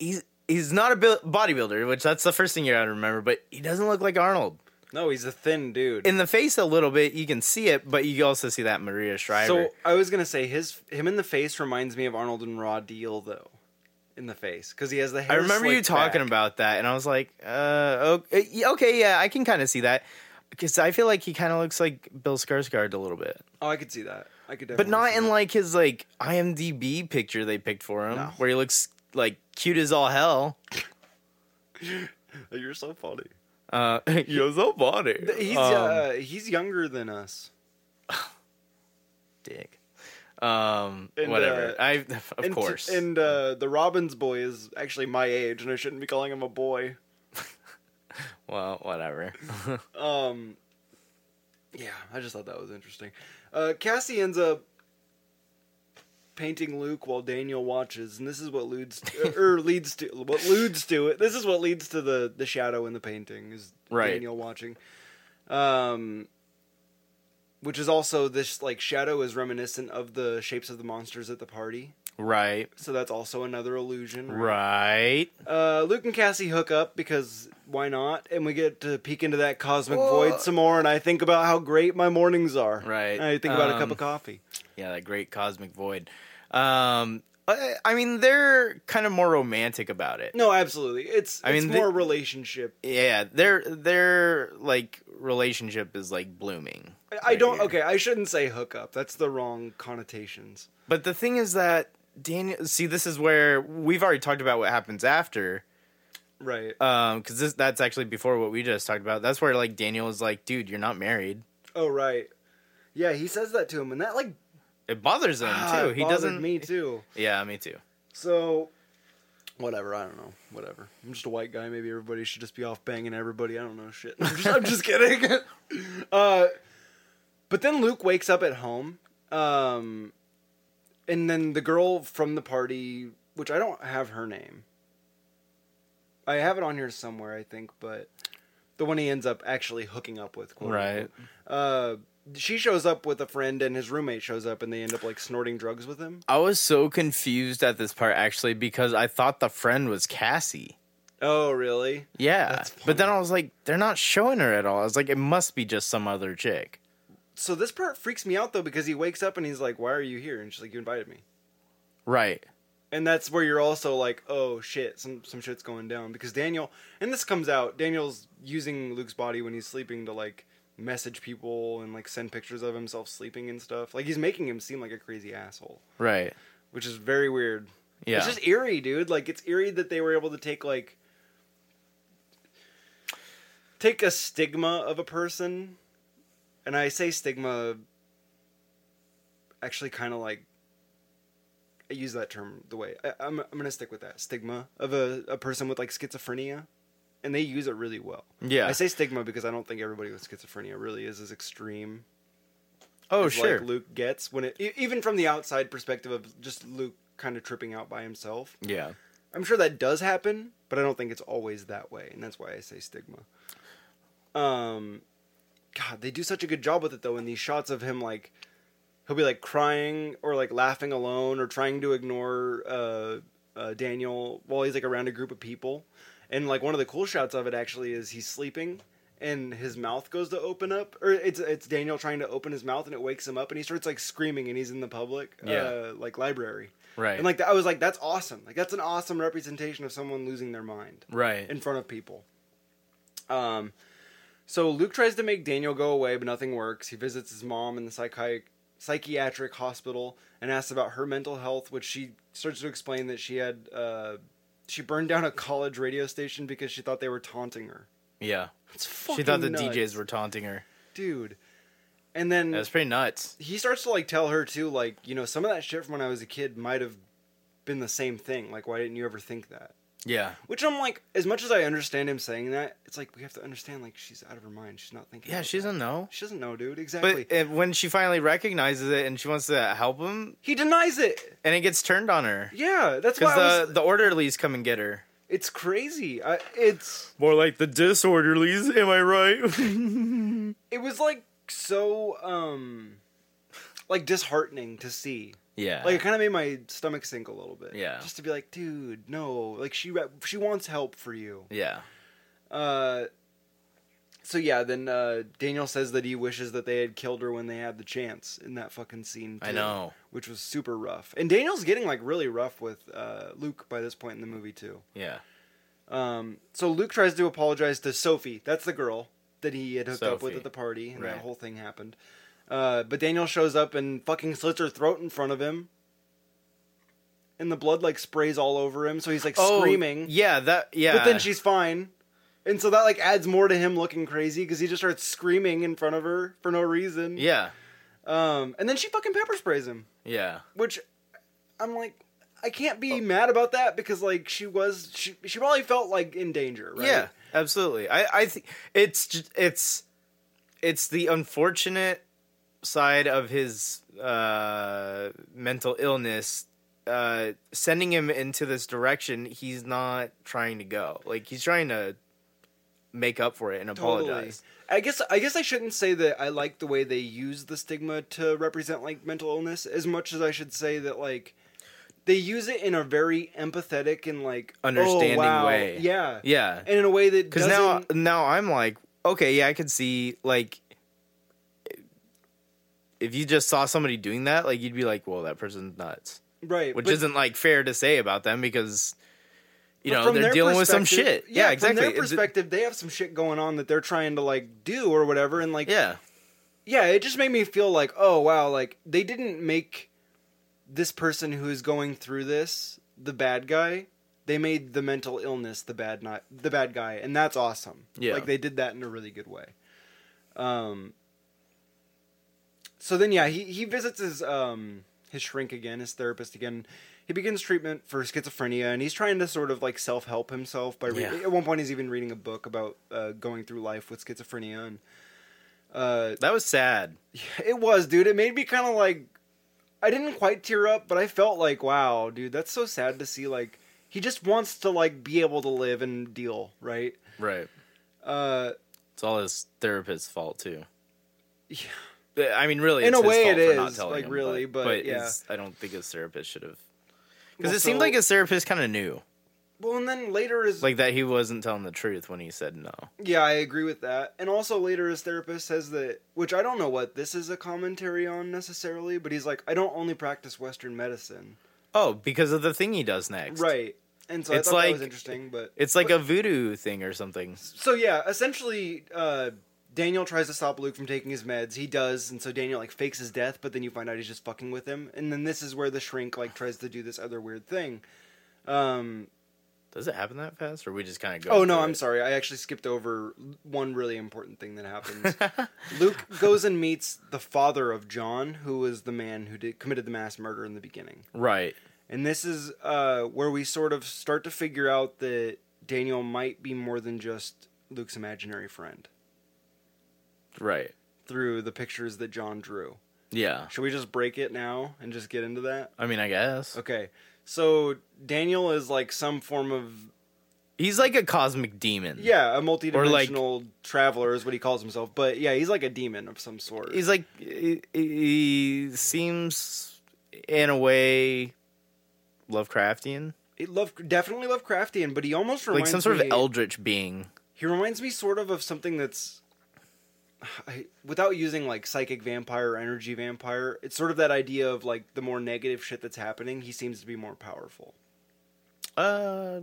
S2: he's he's not a buil- bodybuilder, which that's the first thing you gotta remember. But he doesn't look like Arnold
S1: No, he's a thin dude.
S2: in the face a little bit. You can see it, but you also see that Maria Shriver.
S1: so I was gonna say his him in the face reminds me of Arnold and Raw Deal though, in the face because he has the. Hair
S2: I remember you
S1: slicked
S2: talking
S1: back.
S2: about that, and I was like, uh, okay, okay yeah, I can kind of see that. Because I feel like he kind of looks like Bill Skarsgård a little bit,
S1: Oh, I could see that. I could,
S2: but
S1: definitely
S2: not
S1: see
S2: in
S1: that.
S2: like his like IMDb picture they picked for him,
S1: No.
S2: where he looks like cute as all hell.
S1: Oh, You're so funny.
S2: Uh, you're so funny.
S1: He's
S2: Um,
S1: uh, he's younger than us.
S2: dick. Um,
S1: And,
S2: whatever.
S1: uh,
S2: I of
S1: and,
S2: course.
S1: And uh, the Robbins boy is actually my age, and I shouldn't be calling him a boy.
S2: well, whatever.
S1: Um, yeah, I just thought that was interesting. Uh, Cassie ends up painting Luke while Daniel watches, and this is what leads to, or leads to what leads to it. This is what leads to the the shadow in the painting is
S2: Right.
S1: Daniel watching. Um, which is also this like shadow is reminiscent of the shapes of the monsters at the party.
S2: right.
S1: So that's also another illusion.
S2: Right.
S1: Uh, Luke and Cassie hook up because why not? And we get to peek into that cosmic
S2: Whoa.
S1: void some more. And I think about how great my mornings are.
S2: Right.
S1: I think about a cup
S2: Um,
S1: of coffee.
S2: Yeah, that great cosmic void. Um, I, I mean, they're kind of more romantic about it.
S1: No, absolutely. It's
S2: I
S1: it's
S2: mean, the-
S1: more relationship.
S2: Yeah, their their like relationship is like blooming.
S1: I, I
S2: right
S1: don't.
S2: here.
S1: Okay, I shouldn't say hook up. That's the wrong connotations.
S2: But the thing is that Daniel. See, this is where we've already talked about what happens after.
S1: Right.
S2: Um, because this that's actually before what we just talked about. That's where like Daniel is like, dude, you're not married.
S1: oh, right. Yeah, he says that to him, and that like
S2: It bothers him
S1: ah,
S2: too. He
S1: bothered
S2: doesn't.
S1: me too.
S2: Yeah, me too.
S1: So. Whatever, I don't know. Whatever. I'm just a white guy. Maybe everybody should just be off banging everybody. I don't know shit. I'm just, I'm just kidding. uh, but then Luke wakes up at home. Um, and then the girl from the party, which I don't have her name. I have it on here somewhere, I think, but the one he ends up actually hooking up with. quote
S2: Right.
S1: unquote. Uh, she shows up with a friend, and his roommate shows up, and they end up like snorting drugs with him.
S2: I was so confused at this part actually because I thought the friend was Cassie.
S1: Oh, really?
S2: Yeah.
S1: That's
S2: But then I was like, they're not showing her at all. I was like, it must be just some other chick.
S1: so this part freaks me out though because he wakes up and he's like, "Why are you here?" And she's like, "You invited me."
S2: Right.
S1: And that's where you're also like, "Oh shit, some some shit's going down." Because Daniel, and this comes out, Daniel's using Luke's body when he's sleeping to like message people and like send pictures of himself sleeping and stuff. Like he's making him seem like a crazy asshole,
S2: Right.
S1: which is very weird.
S2: Yeah.
S1: It's just eerie, dude. Like it's eerie that they were able to take like take a stigma of a person, and I say stigma actually kind of like I use that term the way I, I'm I'm gonna stick with that stigma of a, a person with like schizophrenia, and they use it really well.
S2: Yeah.
S1: I say stigma because I don't think everybody with schizophrenia really is as extreme
S2: oh,
S1: is,
S2: sure.
S1: like Luke gets when it e- even from the outside perspective of just Luke kind of tripping out by himself.
S2: yeah.
S1: I'm sure that does happen, but I don't think it's always that way, and that's why I say stigma. Um, God, they do such a good job with it though. In these shots of him, like he'll be like crying or like laughing alone or trying to ignore uh, uh, Daniel while he's like around a group of people. And like one of the cool shots of it actually is he's sleeping and his mouth goes to open up or it's it's Daniel trying to open his mouth and it wakes him up and he starts like screaming and he's in the public
S2: Yeah.
S1: uh, like library.
S2: Right.
S1: And like I was like that's awesome. Like that's an awesome representation of someone losing their mind
S2: Right.
S1: in front of people. Um, so Luke tries to make Daniel go away, but nothing works. He visits his mom in the psychiatric psychiatric hospital and asks about her mental health, which she starts to explain that she had uh, she burned down a college radio station because she thought they were taunting her.
S2: yeah.
S1: It's fucking
S2: She thought the
S1: nuts,
S2: DJs were taunting her.
S1: dude. And then
S2: That's pretty nuts.
S1: he starts to like tell her too, like you know, some of that shit from when I was a kid might have been the same thing. Like, why didn't you ever think that?
S2: Yeah.
S1: Which I'm like, as much as I understand him saying that, it's like we have to understand like she's out of her mind. She's not thinking.
S2: Yeah,
S1: about
S2: she
S1: that.
S2: doesn't know.
S1: She doesn't know, dude. Exactly.
S2: But uh, when she finally recognizes it and she wants to help him,
S1: he denies it.
S2: and it gets turned on her
S1: Yeah, that's why
S2: because uh,
S1: I
S2: the
S1: was,
S2: the orderlies come and get her.
S1: it's crazy. I, it's
S2: More like the disorderlies. Am I right?
S1: it was like so um like disheartening to see.
S2: yeah.
S1: Like it kind of made my stomach sink a little bit.
S2: Yeah.
S1: Just to be like, dude, no. Like she re- she wants help for you.
S2: yeah.
S1: Uh, so yeah, then uh, Daniel says that he wishes that they had killed her when they had the chance in that fucking scene.
S2: I
S1: too,
S2: know.
S1: which was super rough. And Daniel's getting like really rough with uh, Luke by this point in the movie too.
S2: Yeah.
S1: Um, so Luke tries to apologize to Sophie. That's the girl that he had hooked up with
S2: Sophie.
S1: at the party, and
S2: Right.
S1: that whole thing happened. Uh, but Daniel shows up and fucking slits her throat in front of him. And the blood like sprays all over him, so he's like screaming.
S2: oh, Yeah. That. Yeah.
S1: But then she's fine. And so that like adds more to him looking crazy because he just starts screaming in front of her for no reason.
S2: Yeah.
S1: Um, and then she fucking pepper sprays him,
S2: Yeah.
S1: which I'm like, I can't
S2: Oh.
S1: be mad about that because like she was she she probably felt like in danger, right?
S2: Yeah, absolutely. I I think it's j- it's it's the unfortunate side of his uh, mental illness uh, sending him into this direction he's not trying to go. Like he's trying to make up for it and
S1: Totally.
S2: apologize.
S1: I guess I guess I shouldn't say that I like the way they use the stigma to represent like mental illness as much as I should say that like they use it in a very empathetic and like oh,
S2: Understanding
S1: wow.
S2: way.
S1: Yeah.
S2: Yeah.
S1: And in a way that
S2: Cuz
S1: doesn't
S2: now now I'm like, okay, yeah, I could see like if you just saw somebody doing that, like you'd be like, "Well, that person's nuts."
S1: right
S2: which
S1: but-
S2: isn't like fair to say about them because you
S1: but
S2: know
S1: from
S2: they're
S1: their
S2: dealing with some
S1: perspective-
S2: shit. Yeah,
S1: from
S2: exactly.
S1: their
S2: It's-
S1: perspective they have some shit going on that they're trying to like do or whatever and like
S2: yeah,
S1: yeah, it just made me feel like, oh wow, like they didn't make this person who is going through this the bad guy. They made the mental illness the bad not the bad guy, and that's awesome.
S2: Yeah.
S1: like they did that in a really good way. Um. So then, yeah, he he visits his um his shrink again, his therapist again. He begins treatment for schizophrenia, and he's trying to sort of like self help himself by re-
S2: Yeah.
S1: at one point he's even reading a book about uh, going through life with schizophrenia and. Uh,
S2: that was sad.
S1: it was, dude. It made me kind of like I didn't quite tear up, but I felt like, wow, dude, that's so sad to see like he just wants to like be able to live and deal, right?
S2: Right,
S1: Uh
S2: it's all his therapist's fault too.
S1: Yeah.
S2: Yeah, I mean, really,
S1: In
S2: it's
S1: a
S2: his
S1: way
S2: fault
S1: it
S2: for not
S1: is,
S2: telling
S1: like,
S2: him,
S1: really, but yeah.
S2: it's- I don't think his therapist should have because
S1: Well,
S2: it seemed
S1: so-
S2: like his therapist kind of knew
S1: well, and then later is
S2: like that he wasn't telling the truth when he said no.
S1: yeah, I agree with that. And also later his therapist says that which I don't know what this is a commentary on necessarily, but he's like I don't only practice western medicine.
S2: Oh, because of the thing he does next,
S1: Right. And so
S2: It's
S1: I thought that was
S2: like-
S1: interesting, but
S2: It's like a voodoo thing or something.
S1: so yeah, essentially, uh, Daniel tries to stop Luke from taking his meds. He does, and so Daniel like fakes his death, but then you find out he's just fucking with him. And then this is where the shrink like tries to do this other weird thing. Um,
S2: Does it happen that fast, or we just kind of go?
S1: oh no,
S2: through
S1: I'm
S2: it?
S1: sorry, I actually skipped over one really important thing that happens. Luke goes and meets the father of John, who was the man who did, committed the mass murder in the beginning.
S2: Right.
S1: And this is uh, where we sort of start to figure out that Daniel might be more than just Luke's imaginary friend.
S2: Right.
S1: through the pictures that John drew.
S2: Yeah.
S1: Should we just break it now and just get into that?
S2: I mean, I guess.
S1: Okay. So Daniel is like some form of
S2: He's like a cosmic demon.
S1: Yeah, a multidimensional traveler is what he calls himself. But yeah, he's like a demon of some sort.
S2: He's like he, he seems in a way Lovecraftian,
S1: He love definitely Lovecraftian, but he almost
S2: like
S1: reminds
S2: some sort
S1: me,
S2: of eldritch being.
S1: He reminds me sort of of something that's I, without using like psychic vampire or energy vampire. It's sort of that idea of like the more negative shit that's happening, he seems to be more powerful.
S2: Uh,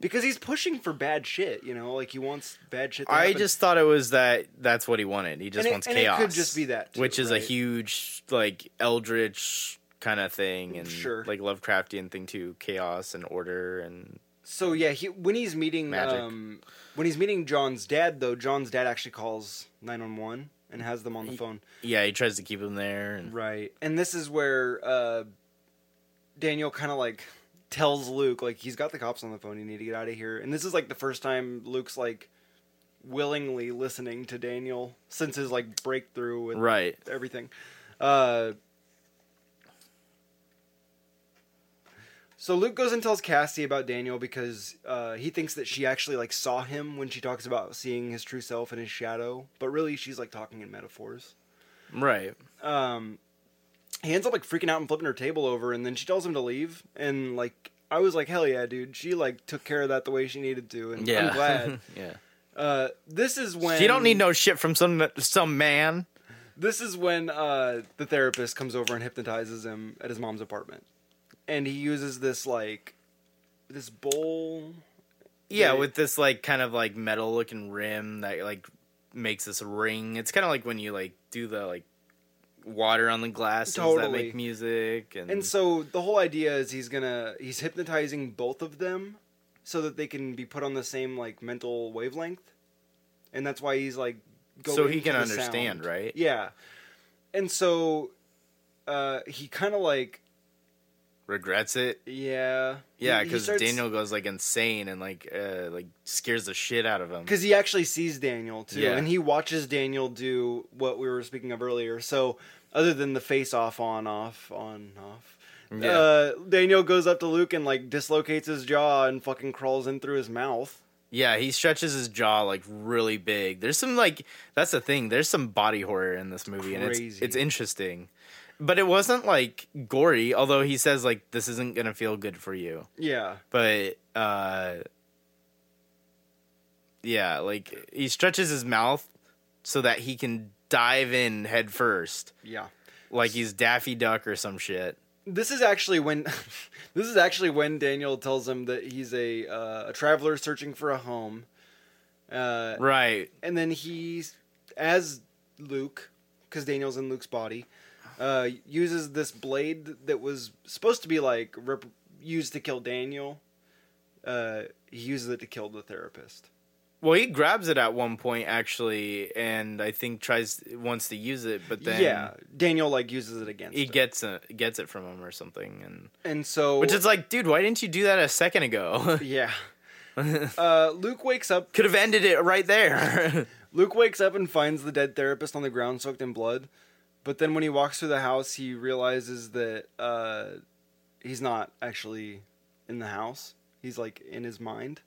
S1: Because he's pushing for bad shit, you know, like he wants bad shit to
S2: I
S1: happen.
S2: just thought it was that that's what he wanted. He
S1: And
S2: just
S1: it-
S2: wants
S1: and it
S2: chaos.
S1: could just be that too,
S2: which is
S1: right?
S2: a huge like eldritch kind of thing and
S1: Sure.
S2: like Lovecraftian thing too, chaos and order and
S1: So yeah, he when he's meeting
S2: Magic.
S1: um when he's meeting John's dad though, John's dad actually calls 911 and has them on the phone.
S2: yeah, he tries to keep him there and
S1: Right. And this is where uh Daniel kind of like tells Luke like he's got the cops on the phone, you need to get out of here. And this is like the first time Luke's like willingly listening to Daniel since his like breakthrough with
S2: right.
S1: everything. Uh, so Luke goes and tells Cassie about Daniel because uh, he thinks that she actually like saw him when she talks about seeing his true self and his shadow, but really she's like talking in metaphors.
S2: Right.
S1: Um, he ends up like freaking out and flipping her table over, and then she tells him to leave. And like I was like, hell yeah, dude! She like took care of that the way she needed to, and
S2: Yeah.
S1: I'm glad.
S2: yeah.
S1: Uh, this is when
S2: you don't need no shit from some some man.
S1: This is when uh, the therapist comes over and hypnotizes him at his mom's apartment, and he uses this like this bowl.
S2: Mm-hmm. Yeah,
S1: Right.
S2: with this like kind of like metal looking rim that like makes this ring. It's kind of like when you like do the like water on the glasses that
S1: Totally.
S2: make music and,
S1: And so the whole idea is he's gonna he's hypnotizing both of them so that they can be put on the same like mental wavelength, and that's why he's like
S2: So he
S1: into
S2: can
S1: the
S2: understand,
S1: sound.
S2: right?
S1: Yeah, and so uh, he kind of like
S2: regrets it.
S1: yeah
S2: Yeah,
S1: he- he
S2: because
S1: starts-
S2: Daniel goes like insane and like uh like scares the shit out of him.
S1: because he actually sees Daniel too,
S2: Yeah.
S1: and he watches Daniel do what we were speaking of earlier. So, other than the face off, on, off, on, off,
S2: Yeah.
S1: uh, Daniel goes up to Luke and like dislocates his jaw and fucking crawls in through his mouth.
S2: Yeah, he stretches his jaw like really big. There's some like that's the thing. There's some body horror in this movie, and it's
S1: Crazy.
S2: it's interesting. But it wasn't like gory, although he says like this isn't gonna feel good for you.
S1: Yeah,
S2: But uh yeah, like he stretches his mouth so that he can dive in head first,
S1: yeah.
S2: like he's Daffy Duck or some shit.
S1: This is actually when, this is actually when Daniel tells him that he's a uh, a traveler searching for a home, uh,
S2: Right.
S1: and then he, as Luke, because Daniel's in Luke's body, uh, uses this blade that was supposed to be like rep- used to kill Daniel. Uh, he uses it to kill the therapist.
S2: Well, he grabs it at one point actually, and I think tries wants to use it, but then
S1: yeah, Daniel like uses it against.
S2: he
S1: her.
S2: gets it gets it from him or something, and
S1: and so
S2: which is like, dude, why didn't you do that a second ago?
S1: yeah. uh, Luke wakes up
S2: Could have ended it right there.
S1: Luke wakes up and finds the dead therapist on the ground soaked in blood. But then when he walks through the house, he realizes that uh, he's not actually in the house. He's like in his mind.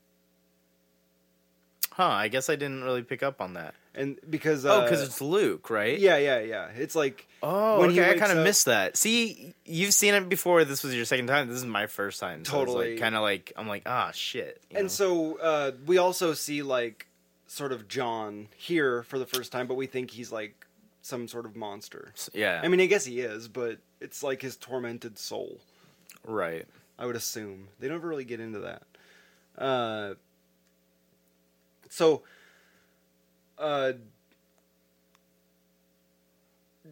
S2: huh? I guess I didn't really pick up on that.
S1: And because.
S2: Oh,
S1: Uh,
S2: because it's Luke, right?
S1: Yeah, yeah, yeah. It's like.
S2: Oh,
S1: When he
S2: okay. I
S1: wakes
S2: kind of
S1: up-
S2: missed that. See, you've seen it before. This was your second time. This is my first time. So
S1: Totally.
S2: kind of like I'm like, ah, shit. you know?
S1: And so uh, we also see like sort of John here for the first time, but we think he's like some sort of monster.
S2: yeah.
S1: I mean, I guess he is, but it's like his tormented soul.
S2: right.
S1: I would assume they don't really get into that. Uh, so, uh,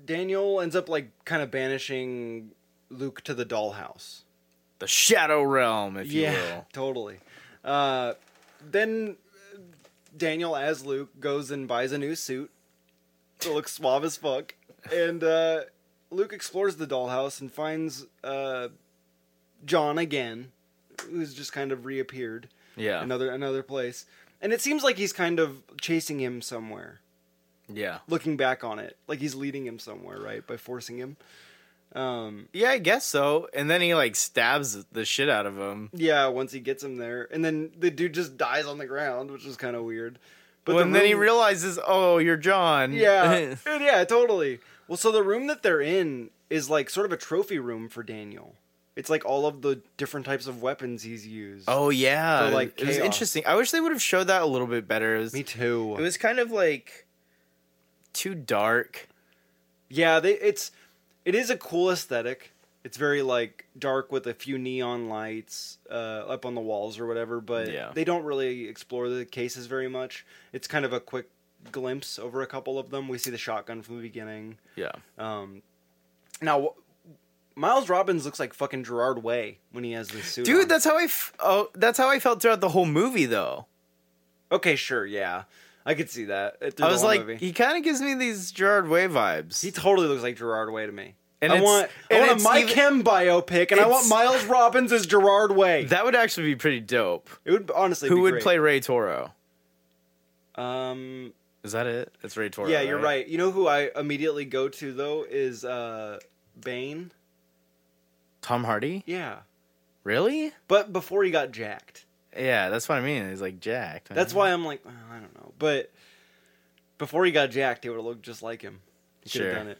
S1: Daniel ends up like kind of banishing Luke to the dollhouse.
S2: The shadow realm, if you will.
S1: totally. Uh, then uh, Daniel, as Luke, goes and buys a new suit that looks suave as fuck, and uh, Luke explores the dollhouse and finds uh, John again, who's just kind of reappeared
S2: Yeah.
S1: another another place, and it seems like he's kind of chasing him somewhere.
S2: yeah.
S1: Looking back on it, like he's leading him somewhere, right, by forcing him. Um,
S2: Yeah, I guess so. And then he like stabs the shit out of him.
S1: yeah, once he gets him there, and then the dude just dies on the ground, which is kind of weird. But
S2: Well,
S1: the
S2: and then he
S1: room-
S2: realizes, oh, you're John.
S1: Yeah, And yeah, totally. Well, so the room that they're in is like sort of a trophy room for Daniel. It's like all of the different types of weapons he's used.
S2: oh yeah.
S1: For, like,
S2: it was
S1: chaos.
S2: interesting. I wish they would have showed that a little bit better. It was,
S1: me too.
S2: it was kind of like too dark.
S1: yeah, they, it's it is a cool aesthetic. It's very like dark with a few neon lights uh, up on the walls or whatever, but
S2: Yeah.
S1: they don't really explore the cases very much. It's kind of a quick glimpse over a couple of them. We see the shotgun from the beginning.
S2: Yeah.
S1: Um, now, Miles Robbins looks like fucking Gerard Way when he has this suit. on.
S2: Dude, that's how I f- oh, that's how I felt throughout the whole movie though.
S1: okay. Sure, yeah, I could see that. It- through
S2: I
S1: the
S2: was
S1: whole
S2: like,
S1: movie. he,
S2: he kind of gives me these Gerard Way vibes.
S1: totally looks like Gerard Way to me. And
S2: And
S1: I
S2: it's-
S1: want,
S2: and
S1: I want
S2: it's
S1: a Mike
S2: even-
S1: Hem biopic, and I want
S2: it's-
S1: Miles Robbins as Gerard Way.
S2: that would actually be pretty dope.
S1: it would honestly.
S2: Who
S1: be
S2: would
S1: great.
S2: play Ray Toro?
S1: Um.
S2: Is that it? It's Ray Toro.
S1: Yeah, you're right. You know who I immediately go to though is uh, Bane.
S2: Tom Hardy?
S1: Yeah,
S2: Really?
S1: but before he got jacked.
S2: Yeah, that's what I mean. He's like jacked.
S1: That's why I'm like, "Oh, I don't know. But before he got jacked, he would have looked just like him. He could have
S2: Sure.
S1: done it.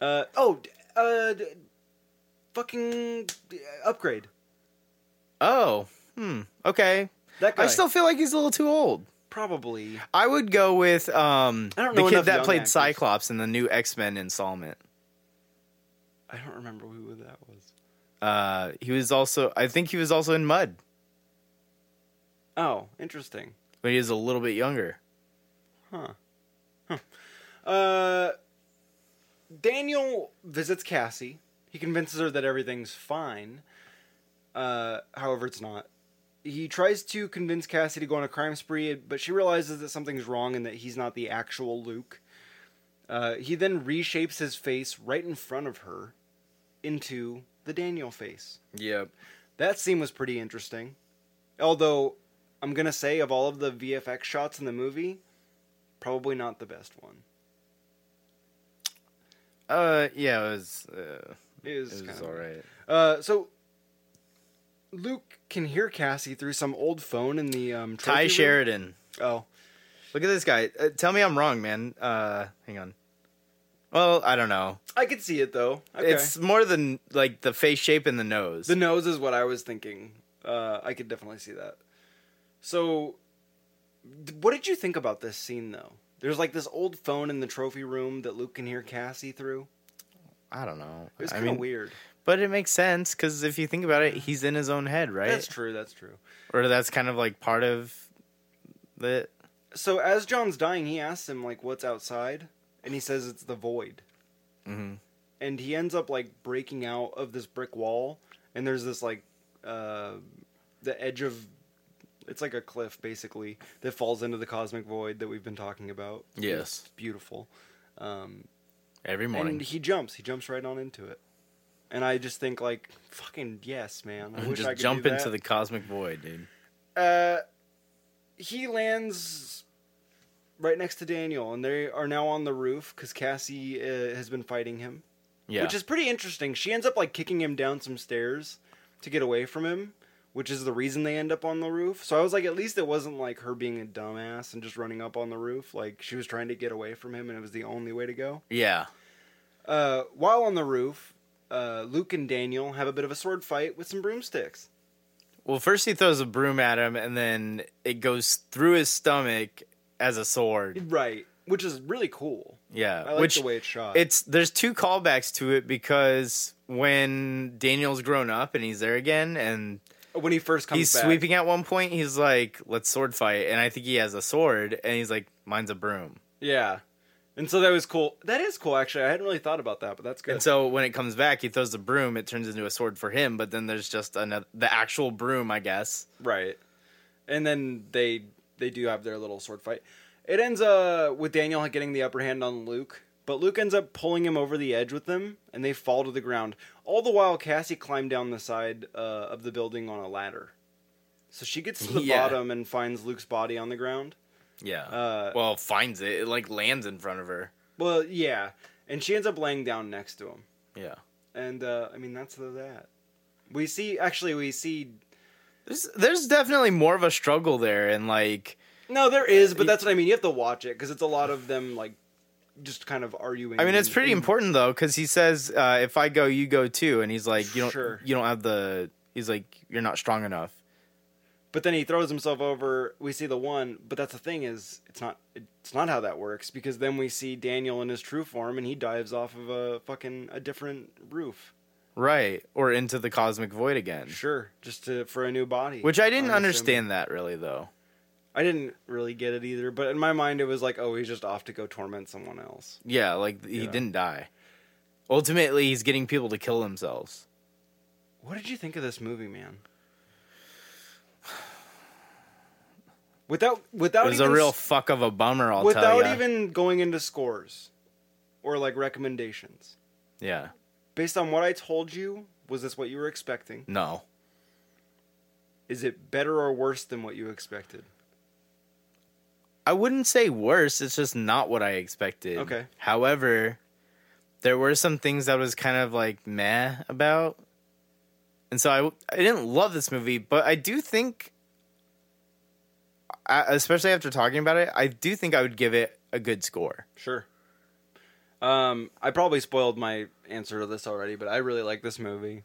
S1: Uh, oh, d- uh, d- fucking upgrade.
S2: Oh, hmm. Okay.
S1: That guy.
S2: I still feel like he's a little too old.
S1: probably.
S2: I would go with um
S1: I don't
S2: the
S1: know
S2: kid
S1: enough
S2: that
S1: young
S2: played
S1: actors.
S2: Cyclops in the new X Men installment.
S1: I don't remember who that was.
S2: Uh, he was also, I think he was also in Mud
S1: Oh, interesting.
S2: when he was a little bit younger.
S1: Huh. Huh. Uh, Daniel visits Cassie. He convinces her that everything's fine. Uh, however, it's not. He tries to convince Cassie to go on a crime spree, but she realizes that something's wrong and that he's not the actual Luke. Uh, he then reshapes his face right in front of her into the Daniel face.
S2: Yep.
S1: That scene was pretty interesting. Although, I'm going to say, of all of the VFX shots in the movie, probably not the best one.
S2: Uh, yeah, it was. Uh,
S1: It was,
S2: it
S1: kind
S2: was
S1: of.
S2: all right.
S1: Uh, so, Luke can hear Cassie through some old phone in the um, trophy
S2: Ty
S1: room.
S2: Sheridan.
S1: Oh,
S2: Look at this guy. Uh, tell me I'm wrong, man. Uh, hang on. Well, I don't know.
S1: I could see it though. Okay.
S2: It's more than like the face shape and the nose.
S1: The nose is what I was thinking. Uh, I could definitely see that. So, d- what did you think about this scene though? There's like this old phone in the trophy room that Luke can hear Cassie through.
S2: I don't know.
S1: It was
S2: I
S1: kind of
S2: mean,
S1: weird.
S2: But it makes sense because if you think about it, he's in his own head, right?
S1: That's true. That's true.
S2: Or that's kind of like part of the.
S1: So as John's dying, he asks him like, "What's outside?" And he says it's the void.
S2: Mhm.
S1: And he ends up like breaking out of this brick wall, and there's this like, uh, the edge of, it's like a cliff basically that falls into the cosmic void that we've been talking about.
S2: Yes.
S1: It's beautiful. Um,
S2: Every morning.
S1: and he jumps. He jumps right on into it. And I just think like, fucking yes, man. I wish I
S2: Just
S1: could
S2: jump
S1: do that.
S2: into the cosmic void, dude.
S1: Uh, he lands right next to Daniel, and they are now on the roof because Cassie uh, has been fighting him,
S2: Yeah.
S1: which is pretty interesting. She ends up like kicking him down some stairs to get away from him, which is the reason they end up on the roof. So I was like, at least it wasn't like her being a dumbass and just running up on the roof. Like she was trying to get away from him, and it was the only way to go.
S2: yeah.
S1: Uh, while on the roof, uh, Luke and Daniel have a bit of a sword fight with some broomsticks.
S2: Well, first he throws a broom at him, and then it goes through his stomach as a sword.
S1: Right. Which is really cool.
S2: Yeah.
S1: I like
S2: Mm. which
S1: the way it's shot.
S2: it's there's two callbacks to it because when Daniel's grown up and he's there again and
S1: when he first comes
S2: he's
S1: back.
S2: sweeping at one point he's like let's sword fight and I think he has a sword and he's like mine's a broom.
S1: Yeah. And so that was cool. That is cool actually. I hadn't really thought about that, but that's good.
S2: And so when it comes back he throws the broom it turns into a sword for him but then there's just another the actual broom I guess.
S1: right. And then they they do have their little sword fight. It ends uh with Daniel getting the upper hand on Luke, but Luke ends up pulling him over the edge with them and they fall to the ground. All the while Cassie climbed down the side uh, of the building on a ladder. So she gets to the
S2: Yeah.
S1: bottom and finds Luke's body on the ground.
S2: Yeah.
S1: Uh,
S2: well, finds it it like lands in front of her.
S1: Well, yeah. And she ends up laying down next to him.
S2: Yeah.
S1: And uh, I mean, that's the that. We see actually we see
S2: There's, there's definitely more of a struggle there, and like
S1: no, there is, but that's what I mean. You have to watch it because it's a lot of them like just kind of arguing.
S2: I mean, it's
S1: and-
S2: pretty
S1: and-
S2: important though, because he says, uh, "If I go, you go too," and he's like, "You don't,
S1: Sure.
S2: you don't have the." He's like, "You're not strong enough."
S1: But then he throws himself over. We see the one, but that's the thing is it's not it's not how that works because then we see Daniel in his true form and he dives off of a fucking a different roof.
S2: Right, or into the cosmic void again,
S1: Sure, just to for a new body.
S2: which I didn't
S1: I'm assuming.
S2: understand that really though.
S1: I didn't really get it either, but in my mind it was like, oh, he's just off to go torment someone else.
S2: Yeah, like he
S1: Yeah.
S2: didn't die. Ultimately, he's getting people to kill themselves.
S1: What did you think of this movie, man? Without
S2: It
S1: without
S2: was
S1: even
S2: a real
S1: s-
S2: fuck of a bummer. I'll tell
S1: without
S2: you.
S1: even going into scores or like recommendations.
S2: yeah,
S1: Based on what I told you, was this what you were expecting?
S2: no,
S1: Is it better or worse than what you expected?
S2: I wouldn't say worse. It's just not what I expected.
S1: Okay.
S2: However, there were some things that was kind of like meh about, and so I I didn't love this movie, but I do think, I, especially after talking about it, I do think I would give it a good score.
S1: Sure. Um, I probably spoiled my answer to this already, but I really like this movie.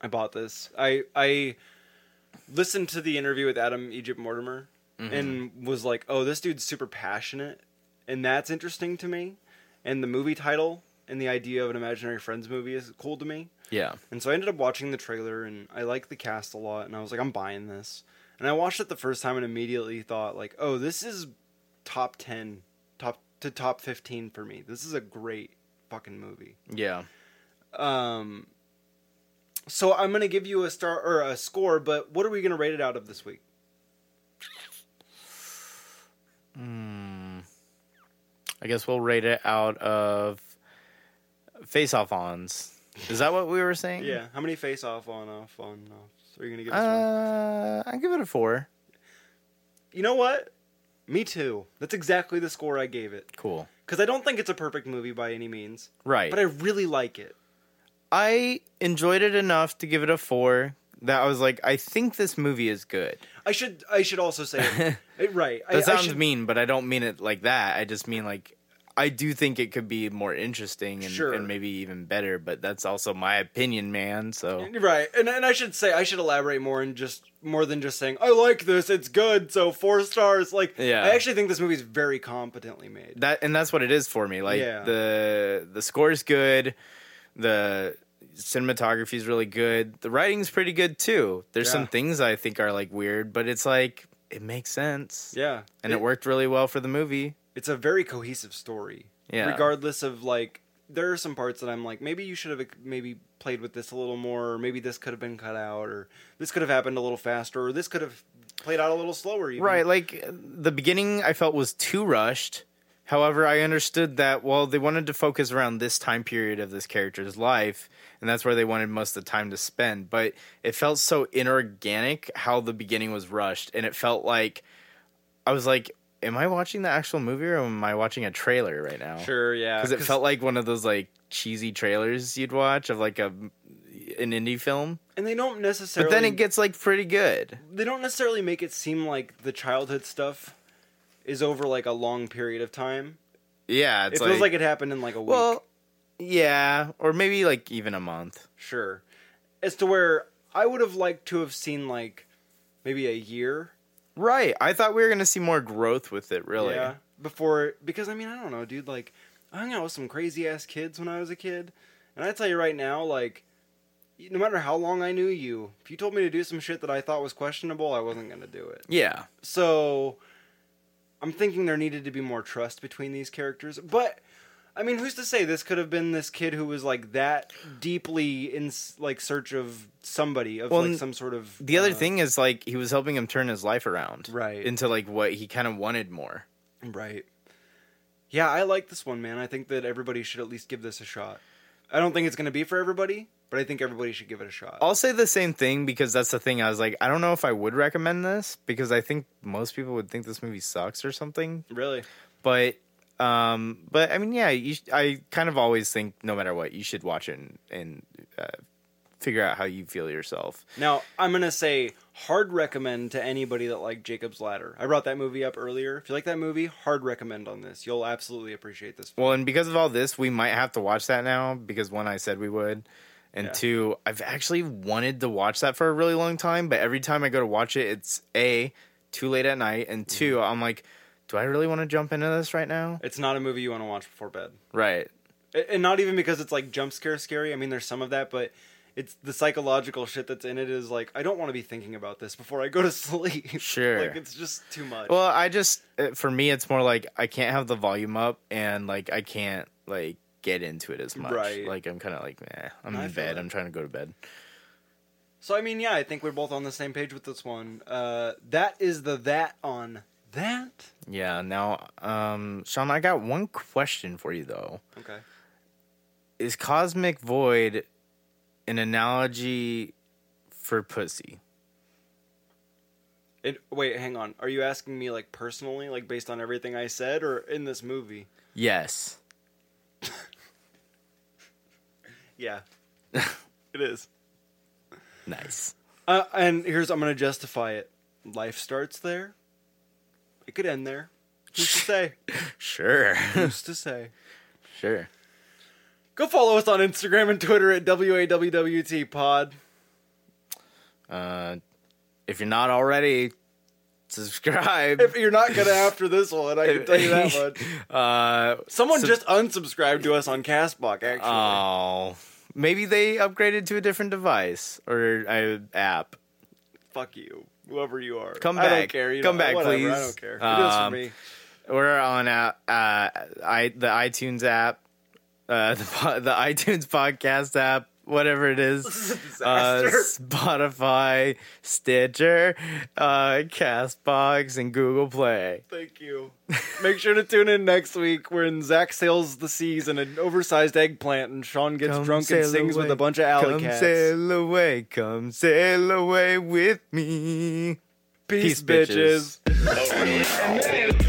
S1: I bought this. I I listened to the interview with Adam Egypt Mortimer and was like, "Oh, this dude's super passionate." And that's interesting to me. And the movie title and the idea of an imaginary friends movie is cool to me.
S2: Yeah.
S1: And so I ended up watching the trailer and I liked the cast a lot and I was like, I'm buying this. And I watched it the first time and immediately thought like, oh, this is top ten, top to top fifteen for me. This is a great fucking movie.
S2: Yeah.
S1: Um so I'm gonna give you a star or a score, but what are we gonna rate it out of this week?
S2: I guess we'll rate it out of face off ons. Is that what we were saying?
S1: Yeah. How many face off on off on off? Are you gonna give this one?
S2: Uh, I give it a four.
S1: You know what? Me too. That's exactly the score I gave it.
S2: Cool.
S1: Because I don't think it's a perfect movie by any means.
S2: Right.
S1: But I really like it.
S2: I enjoyed it enough to give it a four that I was like, I think this movie is good.
S1: I should I should also say it, It- right. I,
S2: That
S1: I
S2: sounds
S1: should-
S2: mean, but I don't mean it like that. I just mean like I do think it could be more interesting and,
S1: Sure.
S2: and maybe even better, but that's also my opinion, man. So
S1: Right, and and I should say I should elaborate more and just more than just saying I like this. It's good. So four stars. Like
S2: Yeah.
S1: I actually think this movie is very competently made.
S2: that and that's what it is for me. Like
S1: Yeah.
S2: the the score's good, the cinematography is really good, the writing's pretty good too. There's
S1: Yeah.
S2: some things I think are like weird, but it's like it makes sense.
S1: Yeah,
S2: And it, worked really well for the movie.
S1: It's a very cohesive story.
S2: Yeah.
S1: Regardless of like, there are some parts that I'm like, maybe you should have maybe played with this a little more, or maybe this could have been cut out, or this could have happened a little faster, or this could have played out a little slower. Even.
S2: Right, like the beginning I felt was too rushed. However, I understood that well they wanted to focus around this time period of this character's life, and that's where they wanted most of the time to spend, but it felt so inorganic how the beginning was rushed and it felt like I was like am I watching the actual movie or am I watching a trailer right now?
S1: Sure. Yeah.
S2: Cuz it felt like one of those like cheesy trailers you'd watch of like a an indie film.
S1: and they don't necessarily.
S2: But then it gets like pretty good.
S1: they don't necessarily make it seem like the childhood stuff is over like a long period of time.
S2: Yeah,
S1: It
S2: it's
S1: feels like it happened in like a week.
S2: Well, yeah, or maybe like even a month.
S1: sure. As to where I would have liked to have seen like maybe a year,
S2: Right. I thought we were gonna see more growth with it. Really.
S1: yeah, before because I mean I don't know, dude. Like I hung out with some crazy ass kids when I was a kid, and I tell you right now, like no matter how long I knew you, if you told me to do some shit that I thought was questionable, I wasn't gonna do it.
S2: Yeah.
S1: So I'm thinking there needed to be more trust between these characters. But I mean, who's to say this could have been this kid who was like that deeply in s- like search of somebody of
S2: Well,
S1: like
S2: and
S1: some sort of
S2: The other
S1: uh,
S2: thing is like he was helping him turn his life around,
S1: Right.
S2: into like what he kind of wanted more.
S1: right? Yeah, I like this one, man. I think that everybody should at least give this a shot. I don't think it's going to be for everybody, but I think everybody should give it a shot.
S2: I'll say the same thing because that's the thing. I was like, I don't know if I would recommend this because I think most people would think this movie sucks or something.
S1: really?
S2: But Um, but I mean, yeah, you, sh- I kind of always think no matter what, you should watch it and, and uh, figure out how you feel yourself.
S1: Now, I'm going to say hard recommend to anybody that liked Jacob's Ladder. I brought that movie up earlier. If you like that movie, hard recommend on this. You'll absolutely appreciate this.
S2: Well, and because of all this, we might have to watch that now because one, I said we would, and
S1: Yeah.
S2: two, I've actually wanted to watch that for a really long time. But every time I go to watch it, it's a too late at night, and 2
S1: Mm-hmm.
S2: i I'm like, do I really want to jump into this right now?
S1: It's not a movie you want to watch before bed.
S2: Right.
S1: A- And not even because it's like jump scare scary. I mean, there's some of that, but it's the psychological shit that's in it is like, I don't want to be thinking about this before I go to sleep.
S2: Sure.
S1: like, it's just too much.
S2: Well, I just uh, for me, it's more like I can't have the volume up, and like I can't like get into it as much.
S1: Right.
S2: Like I'm kind of like, eh, I'm
S1: I
S2: in
S1: feel
S2: bed.
S1: that.
S2: I'm trying to go to bed.
S1: so, I mean, yeah, I think we're both on the same page with this one. Uh, that is the that on that.
S2: Yeah. Now, um, Sean, I got one question for you though.
S1: Okay.
S2: Is cosmic void an analogy for pussy?
S1: It, wait, hang on. Are you asking me like personally, like based on everything I said, or in this movie?
S2: Yes.
S1: Yeah, it is.
S2: Nice.
S1: Uh, and here's I'm gonna justify it. Life starts there. It could end there. Who's to say?
S2: Sure.
S1: Who's to say?
S2: sure.
S1: Go follow us on Instagram and Twitter at WAWWT Pod.
S2: Uh, if you're not already, subscribe.
S1: If you're not gonna after this one, I can tell you that much.
S2: Uh,
S1: Someone just unsubscribed to us on Castbox. Actually,
S2: Oh, maybe they upgraded to a different device or uh, app.
S1: fuck you, whoever you are.
S2: Come
S1: I don't
S2: back.
S1: care. You
S2: Come
S1: know,
S2: back,
S1: whatever. I
S2: please.
S1: don't care. It is
S2: Um,
S1: for me.
S2: We're on uh, uh, I, the iTunes app, uh, the, po- the iTunes podcast app, whatever it is.
S1: This is a
S2: Uh,
S1: disaster.
S2: Spotify, Stitcher, uh, Castbox, and Google Play.
S1: Thank you. Make sure to tune in next week when Zach sails the seas in an oversized eggplant and Sean gets
S2: Come
S1: drunk and
S2: sail
S1: sings with
S2: away.
S1: a bunch of alley
S2: come
S1: cats.
S2: sail away, come sail away with me.
S1: Peace,
S2: Peace, bitches.
S1: bitches.
S3: And then